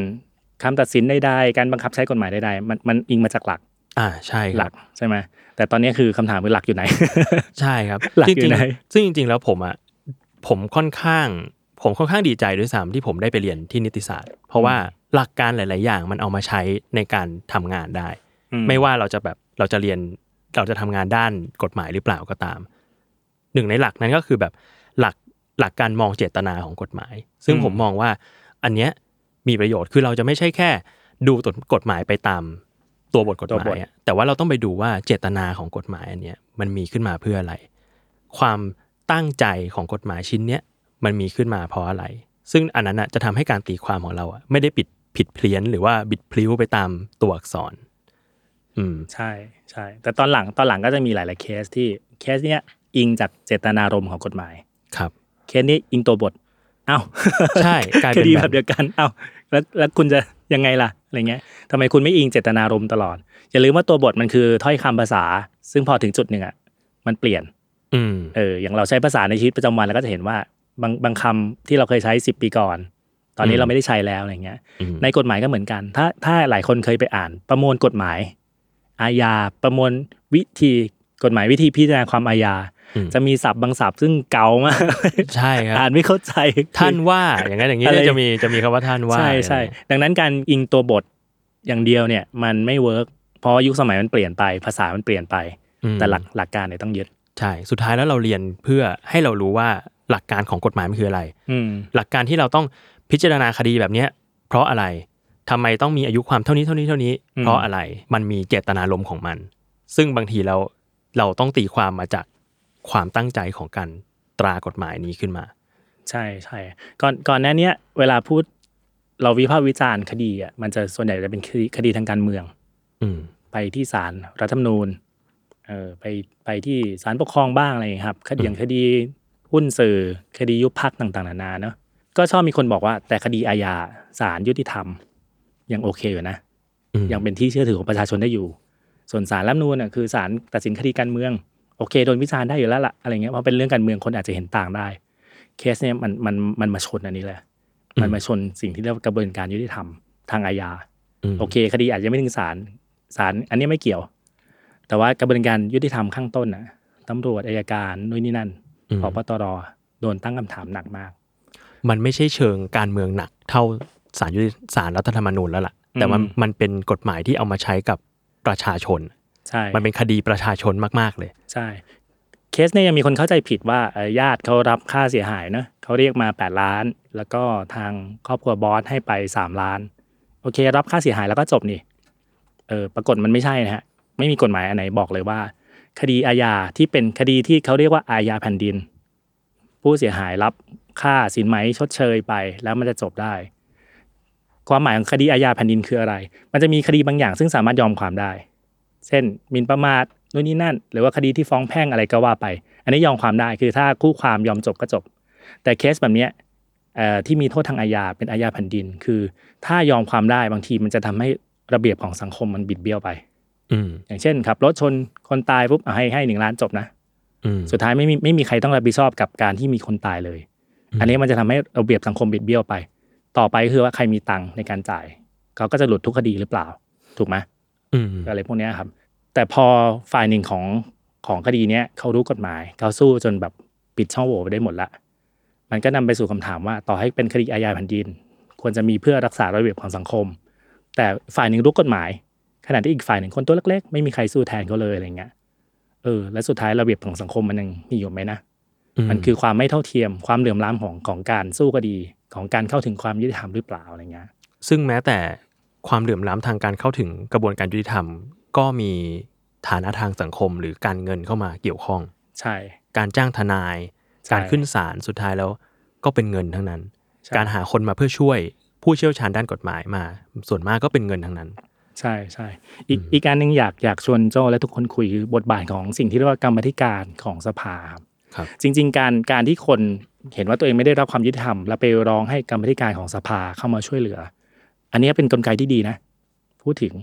[SPEAKER 4] คำตัดสินใดๆการบังคับใช้กฎหมายใดๆมันมันอิงมาจากหลัก
[SPEAKER 2] อ่าใช่ค
[SPEAKER 4] ห
[SPEAKER 2] รั
[SPEAKER 4] ลั
[SPEAKER 2] บ
[SPEAKER 4] กใช่ไหมแต่ตอนนี้คือคำถามคือหลักอยู่ไหน
[SPEAKER 2] ใช่ครับ
[SPEAKER 4] หลัก
[SPEAKER 2] จ
[SPEAKER 4] อยู่
[SPEAKER 2] ริง
[SPEAKER 4] ไหน
[SPEAKER 2] ๆซึ่งจริง ๆ แล้วผมอ่ะผมค่อนข้าง ผมค่อนข้างดีใจด้วยซ้ำที่ผมได้ไปเรียนที่นิติศาสตร์ เพราะว่าหลักการหลาย ๆ อย่างมันเอามาใช้ในการทำงานได้
[SPEAKER 4] อื
[SPEAKER 2] ไม่ว่าเราจะแบบเราจะเรียนเราจะทำงานด้านกฎหมายหรือเปล่าก็ตาม หนึ่งในหลักนั้นก็คือแบบหลักหลักการมองเจตนาของกฎหมาย ซึ่ง
[SPEAKER 4] อืม
[SPEAKER 2] ผมมองว่าอันเนี้ยมีประโยชน์คือเราจะไม่ใช่แค่ดูตัวกฎหมายไปตามตัวบทกฎหมายอะแต่ว่าเราต้องไปดูว่าเจตนาของกฎหมายอันเนี้ยมันมีขึ้นมาเพื่ออะไร ความตั้งใจของกฎหมายชิ้นเนี้ยมันมีขึ้นมาเพราะอะไร ซึ่งอันนั้นอะจะทำให้การตีความของเราอะไม่ได้ปิดผิดเพี้ยน หรือว่าบิดพลิ้วไปตามตัวอักษร อืม
[SPEAKER 4] ใช่ใช่แต่ตอนหลังตอนหลังก็จะมีหลาย ๆ เคสที่เคสเนี้ยอิงจากเจตนารมณ์ของกฎหมาย
[SPEAKER 2] ครับ
[SPEAKER 4] เคสนี้อิงตัวบท เอ้า
[SPEAKER 2] ใช่กลาย
[SPEAKER 4] ค
[SPEAKER 2] เป็น
[SPEAKER 4] ดี
[SPEAKER 2] แบ
[SPEAKER 4] แบบ บเดียวกัน เอ้าแล้วแล้วคุณจะ ยังไงล่ะอะไรเงี้ยทำไมคุณไม่อิงเจตนารมณ์ตลอด อย่าลืมว่าตัวบทมันคือถ้อยคำภาษา ซึ่งพอถึงจุดหนึ่งอ่ะมันเปลี่ยน
[SPEAKER 2] อืม
[SPEAKER 4] เอออย่างเราใช้ภาษาในชีวิตประจำวันเราก็จะเห็นว่าบางบางคำที่เราเคยใช้สิบปีก่อน ตอนนี้
[SPEAKER 2] อืม
[SPEAKER 4] เราไม่ได้ใช้แล้วอะไรเงี้ย
[SPEAKER 2] อืม
[SPEAKER 4] ในกฎหมายก็เหมือนกัน ถ้าถ้าหลายคนเคยไปอ่าน ประมวลกฎหมาย อาญาประมวลวิธีกฎหมายวิธีพิจารณาความอาญา
[SPEAKER 2] อืม
[SPEAKER 4] จะมีศัพท์บางศัพท์ซึ่งเก่ามาก
[SPEAKER 2] ใช่ครับ
[SPEAKER 4] อ่านไม่เข้าใจ
[SPEAKER 2] ท่านว่าอย่างนั้นอย่างนี้
[SPEAKER 4] อะไร
[SPEAKER 2] เนี่ยจะมีจะมีคำว่าท่านว่า
[SPEAKER 4] ใช่ใช่ดังนั้นการอิงตัวบทอย่างเดียวเนี่ย มันไม่เวิร์กเพราะว่ายุคสมัยมันเปลี่ยนไปภาษามันเปลี่ยนไป
[SPEAKER 2] อืม
[SPEAKER 4] แต่หลักหลักการเนี่ยต้องยึด
[SPEAKER 2] ใช่ สุดท้ายแล้วเราเรียนเพื่อให้เรารู้ว่าหลักการของกฎหมายมันคืออะไร
[SPEAKER 4] อืม
[SPEAKER 2] หลักการที่เราต้องพิจารณาคดีแบบเนี้ยเพราะอะไรทำไมต้องมีอายุความเท่านี้เท่านี้เท่านี้
[SPEAKER 4] อืม
[SPEAKER 2] เพราะอะไรมันมีเจตนารมณ์ของมัน ซึ่งบางทีเราเราต้องตีความมาจากความตั้งใจของการตรากฎหมายนี้ขึ้นมา
[SPEAKER 4] ใช่ใช่ก่อนก่อนหน้าเนี้ยเวลาพูดเราวิพากษ์วิจารณ์คดีอ่ะมันจะส่วนใหญ่จะเป็นคดีคดีทางการเมือง
[SPEAKER 2] อืม
[SPEAKER 4] ไปที่ศาลรัฐธรรมนูญเออไปไปที่ศาลปกครองบ้างอะไรอย่างเงี้ยครับคดี
[SPEAKER 2] อืม
[SPEAKER 4] อย่างคดีหุ้นสื่อคดียุบพักต่างๆนานาเนาะก็ชอบมีคนบอกว่าแต่คดีอาญาศาลยุติธรรม ยังโอเคอยู่นะ
[SPEAKER 2] อืม
[SPEAKER 4] ยังเป็นที่เชื่อถือของประชาชนได้อยู่ ส่วนศาลรัฐธรรมนูญน่ะคือศาลตัดสินคดีการเมือง โอเคโดนวิจารณ์ได้อยู่แล้วล่ะอะไรเงี้ยเพราะเป็นเรื่องการเมืองคนอาจจะเห็นต่างได้ เคสเนี่ยมันมันมันมาชนอันนี้แหละ มันมาชนสิ่งที่เรียกว่ากระบวนการยุติธรรมทางอาญา
[SPEAKER 2] ม
[SPEAKER 4] โอเค คดีอาจจะไม่ถึงศาลศาลอันนี้ไม่เกี่ยว แต่ว่ากระบวนการยุติธรรมข้างต้นน่ะตำรวจอายการนู่นนี่นั่น
[SPEAKER 2] อืม
[SPEAKER 4] พบตรโดนตั้งคำถามหนักมาก
[SPEAKER 2] มันไม่ใช่เชิงการเมืองหนัก เท่าสารยุติสารรัฐธรรมนูญแล้วล่ะ แต่มัน
[SPEAKER 4] อืม
[SPEAKER 2] มันเป็นกฎหมายที่เอามาใช้กับประชาชน
[SPEAKER 4] ใช่
[SPEAKER 2] มันเป็นคดีประชาชนมากๆเลย
[SPEAKER 4] ใช่ เคสเนี่ยยังมีคนเข้าใจผิดว่าเอ่อญาติเขารับค่าเสียหายเนอะเขาเรียกมา 8 ล้าน แล้วก็ทางครอบครัวบอสให้ไป 3 ล้าน โอเค รับค่าเสียหายแล้วก็จบนี่เออปรากฏมันไม่ใช่นะฮะไม่มีกฎหมายอันไหนบอกเลยว่า คดีอาญาที่เป็นคดีที่เขาเรียกว่าอาญาแผ่นดิน ผู้เสียหายรับค่าสินไหมชดเชยไป แล้วมันจะจบได้ ความหมายของคดีอาญาแผ่นดินคืออะไร มันจะมีคดีบางอย่างซึ่งสามารถยอมความได้ เช่นหมินประมาทนู่นนี่นั่น หรือว่าคดีที่ฟ้องแพ่งอะไรก็ว่าไป อันนี้ยอมความได้คือถ้าคู่ความยอมจบก็จบ แต่เคสแบบเนี้ยเอ่อที่มีโทษทางอาญาเป็นอาญาแผ่นดิน คือถ้ายอมความได้บางทีมันจะทำให้ระเบียบของสังคมมันบิดเบี้ยวไป
[SPEAKER 2] อืม
[SPEAKER 4] อย่างเช่นขับรถชนคนตายปุ๊บอ่ะให้ให้หนึ่งล้านจบนะ
[SPEAKER 2] อืม
[SPEAKER 4] สุดท้ายไม่มีไม่มีใครต้องรับผิดชอบกับการที่มีคนตายเลย
[SPEAKER 2] อืม
[SPEAKER 4] อันนี้มันจะทำให้ระเบียบสังคมบิดเบี้ยวไป ต่อไปคือว่าใครมีตังค์ในการจ่าย เขาก็จะหลุดทุกคดีหรือเปล่า ถูกไหม
[SPEAKER 2] อืม
[SPEAKER 4] อะไรพวกเนี้ยครับ แต่พอฝ่ายหนึ่งของของคดีเนี้ยเขารู้กฎหมาย เขาสู้จนแบบปิดช่องโหว่ไปได้หมดละ มันก็นำไปสู่คำถามว่า ต่อให้เป็นคดีอาญาแผ่นดิน ควรจะมีเพื่อรักษาระเบียบของสังคม แต่ฝ่ายหนึ่งรู้กฎหมาย ขณะที่อีกฝ่ายหนึ่งคนตัวเล็กๆ ไม่มีใครสู้แทนเขาเลยอะไรเงี้ย เออ และสุดท้ายระเบียบของสังคมมันยังมีอยู่ไหมนะ มันคือความไม่เท่าเทียมความเหลื่อมล้ำของของการสู้คดีของการเข้าถึงความยุติธรรมหรือเปล่าอะไรเงี้ย
[SPEAKER 2] ซึ่งแม้แต่ความเหลื่อมล้ำทางการเข้าถึงกระบวนการยุติธรรม ก็มีฐานะทางสังคมหรือการเงินเข้ามาเกี่ยวข้อง
[SPEAKER 4] ใช่
[SPEAKER 2] การจ้างทนาย
[SPEAKER 4] ใช่
[SPEAKER 2] การขึ้นศาลสุดท้ายแล้วก็เป็นเงินทั้งนั้น
[SPEAKER 4] ใช่
[SPEAKER 2] การหาคนมาเพื่อช่วยผู้เชี่ยวชาญด้านกฎหมายมา ส่วนมากก็เป็นเงินทั้งนั้น
[SPEAKER 4] ใช่ใช่อีกอีกการหนึ่งอยากอยากชวนโจและทุกคนคุยคือบทบาทของสิ่งที่เรียกว่ากรรมาธิการของสภาครับ
[SPEAKER 2] ครับ
[SPEAKER 4] จริง ๆ การการที่คนเห็นว่าตัวเองไม่ได้รับความยุติธรรม แล้วไปร้องให้กรรมาธิการของสภาเข้ามาช่วยเหลือ อันเนี้ยเป็นกลไกที่ดีนะ พูดถึง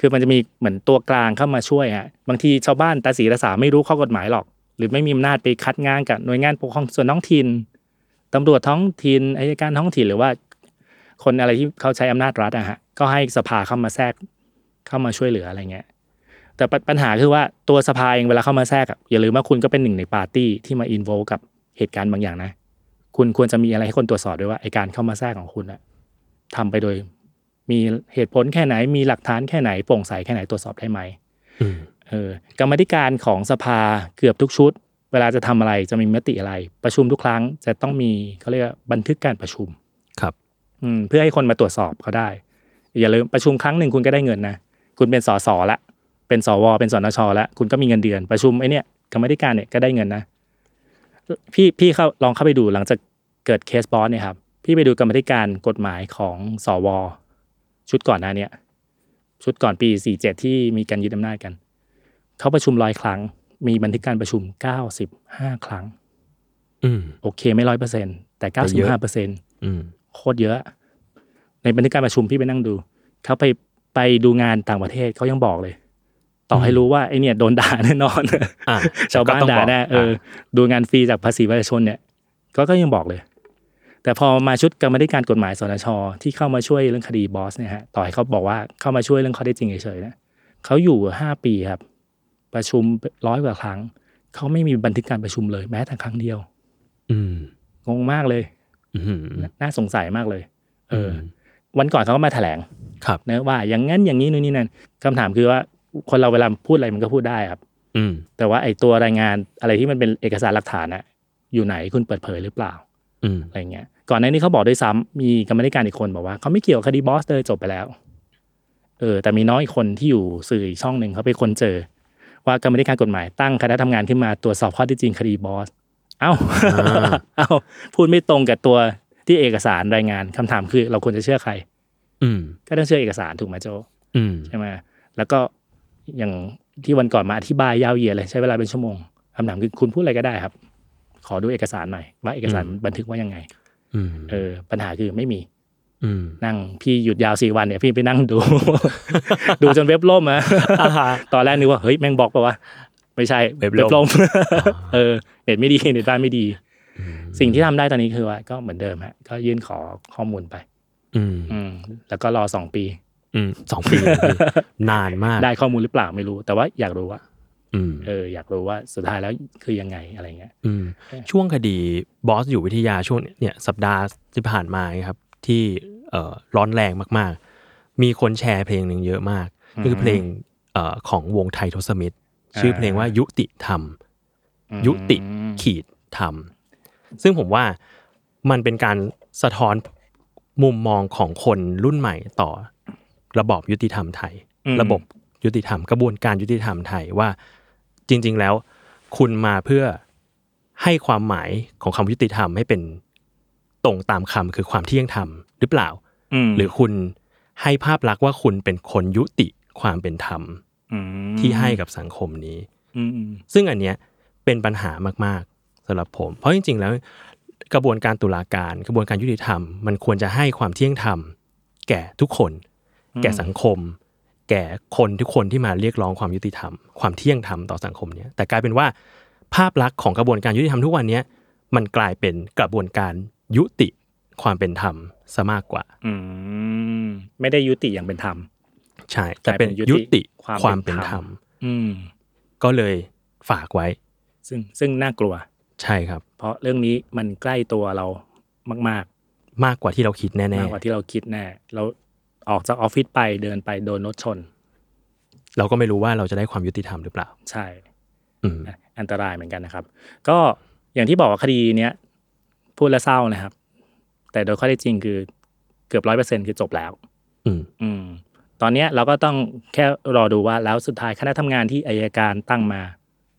[SPEAKER 4] คือมันจะมีเหมือนตัวกลางเข้ามาช่วยฮะบางทีชาวบ้านตาสีตาสาไม่รู้ข้อกฎหมายหรอก หรือไม่มีอำนาจไปคัดงานกับหน่วยงานปกครองส่วนท้องถิ่นตำรวจท้องถิ่นอายการท้องถิ่นหรือว่า คนอะไรที่เขาใช้อำนาจรัฐอะฮะก็ให้สภาเข้ามาแทรกเข้ามาช่วยเหลืออะไรเงี้ยแต่ปญปัญหาคือว่าตัวสภาเองเวลาเข้ามาแทรกอะอย่าลืมว่าคุณก็เป็นหนึ่งในปาร์ตี้ที่มาอินโวกับเหตุการณ์บางอย่างนะ คุณควรจะมีอะไรให้คนตรวจสอบด้วยว่าไอการเข้ามาแทรกของคุณอะทำไปโดย มีเหตุผลแค่ไหน มีหลักฐานแค่ไหนโปร่งใสแค่ไหนตรวจสอบได้ไหม
[SPEAKER 2] อืม
[SPEAKER 4] เออกรรมาธิการของสภาเกือบทุกชุด เวลาจะทำอะไรจะมีมติอะไร ประชุมทุกครั้งจะต้องมีเขาเรียกว่าบันทึกการประชุม
[SPEAKER 2] ครับ
[SPEAKER 4] อืมเพื่อให้คนมาตรวจสอบเขาได้ อย่าลืมประชุมครั้งหนึ่งคุณก็ได้เงินนะคุณเป็นสสละ เป็นสวเป็นสนชละคุณก็มีเงินเดือนประชุมไอเนี่ยกรรมาธิการเนี่ยก็ได้เงินนะ พี่พี่เข้าลองเข้าไปดูหลังจากเกิดเคสบอสเนี่ยครับพี่ไปดูกรรมาธิการกฎหมายของสว ชุดก่อนหน้าเนี่ยชุดก่อนปีสี่เจ็ดที่มีการยึดอำนาจกัน เขาประชุมร้อยครั้ง มีบันทึกการประชุม 95 ครั้ง
[SPEAKER 2] อืม
[SPEAKER 4] โอเคไม่ร้อยเปอร์เซ็นต์แต่
[SPEAKER 2] แต่เยอะ
[SPEAKER 4] 95เปอร์เซ็นต์
[SPEAKER 2] อืม
[SPEAKER 4] โคตรเยอะ ในบันทึกการประชุมพี่ไปนั่งดู เขาไปไปดูงานต่างประเทศเขายังบอกเลย ต่อให้รู้ว่าไอเนี่ยโดนด่าแน่นอน
[SPEAKER 2] อ่ะ
[SPEAKER 4] ชาวบ้าน
[SPEAKER 2] ก็ต้อง
[SPEAKER 4] ด่า
[SPEAKER 2] บอก
[SPEAKER 4] แน่เออ
[SPEAKER 2] ะ
[SPEAKER 4] ดูงานฟรีจากภาษีประชาชนเนี่ย ก็ก็ยังบอกเลย แต่พอมาชุดกรรมาธิการกฎหมายสนชที่เข้ามาช่วยเรื่องคดีบอสเนี่ยฮะต่อให้เขาบอกว่าเข้ามาช่วยเรื่องข้อเท็จจริงเฉยๆนะเขาอยู่ห้าปีครับ ประชุมร้อยกว่าครั้งเขาไม่มีบันทึกการประชุมเลยแม้แต่ครั้งเดียว
[SPEAKER 2] อืม
[SPEAKER 4] งงมากเลย
[SPEAKER 2] อืม
[SPEAKER 4] น่าสงสัยมากเลย เออ
[SPEAKER 2] ม
[SPEAKER 4] วันก่อนเขาก็มาแถลง
[SPEAKER 2] ครับ
[SPEAKER 4] นะว่าอย่างนั้นอย่างนี้นู่นนี่นั่นคำถามคือว่าคนเราเวลาพูดอะไรมันก็พูดได้ครับ
[SPEAKER 2] อืม
[SPEAKER 4] แต่ว่าไอ้ตัวรายงานอะไรที่มันเป็นเอกสารหลักฐานอะอยู่ไหนคุณเปิดเผยหรือเปล่า
[SPEAKER 2] อืม
[SPEAKER 4] อะไรเงี้ยก่อนหน้านี้เขาบอกด้วยซ้ำมีกรรมาธิการอีกคนบอกว่าเขาไม่เกี่ยวกับคดีบอสเลยจบไปแล้วเออแต่มีน้องอีกคนที่อยู่สื่ออีกช่องหนึ่งเขาไปคนเจอ ว่ากรรมาธิการกฎหมายตั้งคณะทำงานขึ้นมาตรวจสอบข้อเที่จริงคดีบอส เอ้า เอ้าพูดไม่ตรงกับตัวที่เอกสารรายงานคำถามคือเราควรจะเชื่อใคร
[SPEAKER 2] อืม
[SPEAKER 4] ก็ต้องเชื่อเอกสารถูกไหมโจ
[SPEAKER 2] อืม
[SPEAKER 4] ใช่ไหมแล้วก็อย่างที่วันก่อนมาอธิบายยาวเหยียดเลยใช้เวลาเป็นชั่วโมงคำถามคือคุณพูดอะไรก็ได้ครับ ขอดูเอกสารหน่อยว่าเอกสารบันทึกว่ายังไง
[SPEAKER 2] อืม
[SPEAKER 4] เออ ปัญหาคือไม่มี
[SPEAKER 2] อืม
[SPEAKER 4] นั่งพี่หยุดยาวสี่วันเนี่ยพี่ไปนั่งดู ดูจนเว็บล่ม อะ
[SPEAKER 2] อ่าฮะ
[SPEAKER 4] ตอนแรกนึกว่าเฮ้ยแม่งบล็อกปะวะไม่ใช่
[SPEAKER 2] เว็บล่ม
[SPEAKER 4] เออเน็ตไม่ดีเน็ตบ้านไม่ดี สิ่งที่ทำได้ตอนนี้คือว่าก็เหมือนเดิมฮะก็ยื่นขอข้อมูลไป
[SPEAKER 2] อืม
[SPEAKER 4] อืม แล้วก็รอสองปี
[SPEAKER 2] อืมสองปี นานมาก
[SPEAKER 4] ได้ข้อมูลหรือเปล่าไม่รู้ แต่ว่าอยากรู้ว่า
[SPEAKER 2] อืม
[SPEAKER 4] เอออยากรู้ว่าสุดท้ายแล้วคือยังไงอะไรเงี้ย
[SPEAKER 2] อืม
[SPEAKER 4] เออ
[SPEAKER 2] ช่วงคดีบอสอยู่วิทยาช่วงเนี่ยสัปดาห์ที่ผ่านมาครับ ที่เอ่อร้อนแรงมากๆ มีคนแชร์เพลงหนึ่งเยอะมากนี่คือเพลงเอ่อของวงไททสมิธชื่อเพลงว่ายุติธรรม ยุติขีดธรรม ซึ่งผมว่ามันเป็นการสะท้อนมุมมองของคนรุ่นใหม่ต่อระบอบยุติธรรมไทย
[SPEAKER 4] อืม
[SPEAKER 2] ระบบยุติธรรมกระบวนการยุติธรรมไทยว่าจริง ๆ แล้ว คุณมาเพื่อให้ความหมายของคำว่ายุติธรรมให้เป็นตรงตามคำคือความเที่ยงธรรมหรือเปล่า
[SPEAKER 4] ม
[SPEAKER 2] หรือคุณให้ภาพลักษณ์ว่าคุณเป็นคนยุติความเป็นธรรม
[SPEAKER 4] ม
[SPEAKER 2] ที่ให้กับสังคมนี้
[SPEAKER 4] อืมอืม
[SPEAKER 2] ซึ่งอันเนี้ยเป็นปัญหามากๆสำหรับผม เพราะจริง ๆ แล้ว กระบวนการตุลาการ กระบวนการยุติธรรม มันควรจะให้ความเที่ยงธรรม แก่ทุกคน แก่สังคม แก่คนทุกคนที่มาเรียกร้องความยุติธรรม ความเที่ยงธรรมต่อสังคมเนี่ยแต่กลายเป็นว่า ภาพลักษณ์ของกระบวนการยุติธรรมทุกวันเนี้ยมันกลายเป็นกระบวนการยุติความเป็นธรรมซะมากกว่า
[SPEAKER 4] อืมไม่ได้ยุติอย่างเป็นธรรม
[SPEAKER 2] ใช่ แต่เป็นยุติความเป็นธรรม
[SPEAKER 4] อืม
[SPEAKER 2] ก็เลยฝากไว้
[SPEAKER 4] ซึ่งซึ่งน่ากลัว
[SPEAKER 2] ใช่ครับ
[SPEAKER 4] เพราะเรื่องนี้มันใกล้ตัวเรามาก
[SPEAKER 2] มากกว่าที่เราคิดแน่
[SPEAKER 4] ๆมากกว่าที่เราคิดแน่ เราออกจากออฟฟิศไปเดินไปโดนรถชน
[SPEAKER 2] ๆเราก็ไม่รู้ว่าเราจะได้ความยุติธรรมหรือเปล่า
[SPEAKER 4] ใช่
[SPEAKER 2] อืม
[SPEAKER 4] นะอันตรายเหมือนกันนะครับ ก็อย่างที่บอกว่าคดีเนี้ยพูดแล้วเศร้านะครับ แต่โดยข้อเท็จจริงคือเกือบร้อยเปอร์เซ็นคือจบแล้ว
[SPEAKER 2] อืม
[SPEAKER 4] อืมตอนเนี้ยเราก็ต้องแค่รอดูว่าแล้วสุดท้ายคณะทำงานที่อายการตั้งมา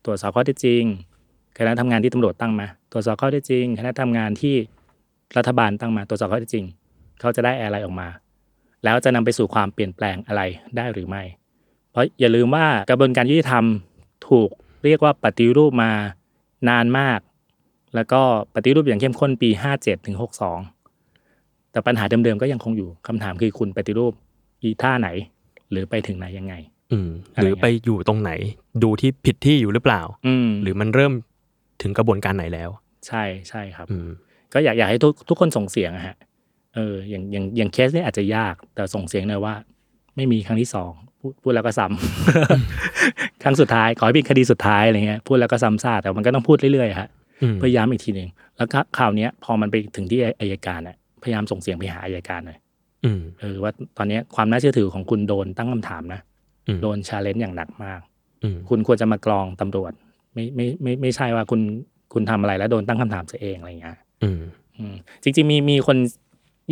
[SPEAKER 4] ตรวจสอบข้อเท็จจริง คณะทำงานที่ตำรวจตั้งมา ตรวจสอบข้อเท็จจริง คณะทำงานที่รัฐบาลตั้งมาตรวจสอบข้อเท็จจริง เขาจะได้อะไรออกมา แล้วจะนำไปสู่ความเปลี่ยนแปลงอะไรได้หรือไม่ เพราะอย่าลืมว่ากระบวนการยุติธรรมถูกเรียกว่าปฏิรูปมานานมาก แล้วก็ปฏิรูปอย่างเข้มข้นปี 57ถึง62 แต่ปัญหาเดิมๆก็ยังคงอยู่คำถามคือคุณปฏิรูปอีท่าไหน หรือไปถึงไหนยังไง
[SPEAKER 2] อืม
[SPEAKER 4] อะไรเงี้ย
[SPEAKER 2] หรือไปอยู่ตรงไหน ดูที่ผิดที่อยู่หรือเปล่า
[SPEAKER 4] อืม
[SPEAKER 2] หรือมันเริ่มถึงกระบวนการไหนแล้ว
[SPEAKER 4] ใช่ใช่ครับ
[SPEAKER 2] อืม
[SPEAKER 4] ก็อยากอยากให้ทุกทุกคนส่งเสียงอะฮะเอออย่างอย่างอย่างเคสเนี้อาจจะยากแต่ส่งเสียงหน่อยว่า ไม่มีครั้งที่สองพูดพูดแล้วก็ซ้ำ ครั้งสุดท้ายขอให้เป็นคดีสุดท้ายอะไรเงี้ยพูดแล้วก็ซ้ำซากแต่มันก็ต้องพูดเรื่อยๆฮะ
[SPEAKER 2] อืม
[SPEAKER 4] เพื่อย้ำอีกทีหนึ่งแล้วก็ข่าวเนี้ยพอมันไปถึงที่อายการอะพยายามส่งเสียงไปหาอายการหน่อย
[SPEAKER 2] อืม
[SPEAKER 4] เออว่าตอนเนี้ยความน่าเชื่อถือของคุณโดนตั้งคำถามนะ
[SPEAKER 2] อืม
[SPEAKER 4] โดนชาเลนจ์อย่างหนักมาก
[SPEAKER 2] อืม
[SPEAKER 4] คุณควรจะมากรองตำรวจ ไม่ไม่ไม่ไม่ใช่ว่าคุณคุณทำอะไรแล้วโดนตั้งคำถามซะเองอะไรอย่างเงี้ย
[SPEAKER 2] อืม
[SPEAKER 4] อืมจริงๆมีมีคน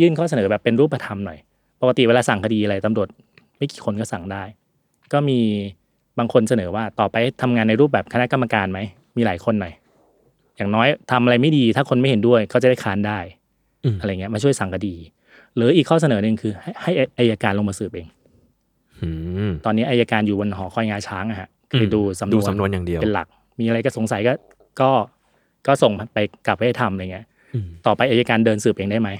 [SPEAKER 4] ยื่นข้อเสนอแบบเป็นรูปธรรมหน่อย ปกติเวลาสั่งคดีอะไรตำรวจไม่กี่คนก็สั่งได้ ก็มีบางคนเสนอว่าต่อไปทำงานในรูปแบบคณะกรรมการไหมมีหลายคนหน่อย อย่างน้อยทำอะไรไม่ดีถ้าคนไม่เห็นด้วยเขาจะได้ค้านได้
[SPEAKER 2] อืม
[SPEAKER 4] อะไรเงี้ยมาช่วยสั่งคดี หรืออีกข้อเสนอหนึ่งคือให้ให้อายการลงมาสืบเอง
[SPEAKER 2] อืม
[SPEAKER 4] ตอนนี้อายการอยู่บนหอคอยงาช้างอะฮะ
[SPEAKER 2] อืม
[SPEAKER 4] ไปดูสำนวน
[SPEAKER 2] ดูสำนวนอย่างเดียว
[SPEAKER 4] เป็นหลัก มีอะไรก็สงสัยก็ก็ก็ส่งไปกลับไปให้ทำอะไรเงี้ย
[SPEAKER 2] อืม
[SPEAKER 4] ต่อไปอายการเดินสืบเองได้ไหม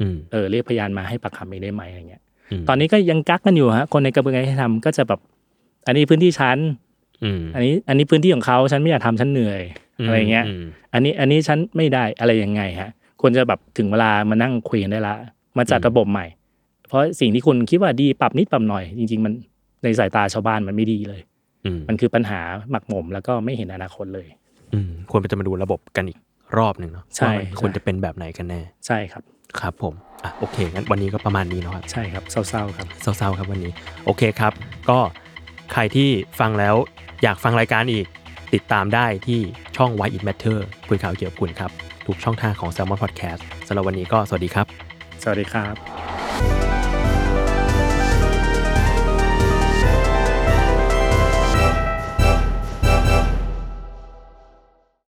[SPEAKER 2] อืม
[SPEAKER 4] เออเรียกพยานมาให้ปากคำเองได้ไหมอะไรเงี้ย
[SPEAKER 2] ม
[SPEAKER 4] ตอนนี้ก็ยังกักกันอยู่ฮะคนในกระบวนการยุติธรรมก็จะแบบ อันนี้พื้นที่ฉัน
[SPEAKER 2] อืม
[SPEAKER 4] อันนี้อันนี้พื้นที่ของเขาฉันไม่อยากทำฉันเหนื่อยอะไรเงี้ย
[SPEAKER 2] ม
[SPEAKER 4] อันนี้อันนี้ฉันไม่ได้อะไรยังไงฮะควรจะแบบถึงเวลามานั่งคุยกันได้ละมาจัดระบบใหม่ เพราะสิ่งที่คุณคิดว่าดีปรับนิดปรับหน่อย จริง ๆ มันในสายตาชาวบ้านมันไม่ดีเลย
[SPEAKER 2] อืม
[SPEAKER 4] มันคือปัญหาหมักหมมแล้วก็ไม่เห็นอนาคตเลย
[SPEAKER 2] อืมควรจะมาดูระบบกันอีกรอบหนึ่งเนาะ
[SPEAKER 4] ใช่
[SPEAKER 2] ว่ามันควร
[SPEAKER 4] ใช่
[SPEAKER 2] จะเป็นแบบไหนกันแน่
[SPEAKER 4] ใช่ครับ
[SPEAKER 2] ครับ ผมอ่ะโอเคงั้นวันนี้ก็ประมาณนี้เนาะครับ
[SPEAKER 4] ใช่ครับเศร้าๆครับ
[SPEAKER 2] เศร้าๆครับวันนี้ โอเคครับ ก็ใครที่ฟังแล้วอยากฟังรายการอีก ติดตามได้ที่ช่อง Why It Matter คุยข่าวเกี่ยวกับคุณครับ ทุกช่องทางของ Salmon Podcast สำหรับวันนี้ก็สวัสดีครับ
[SPEAKER 4] สวัสดีครับ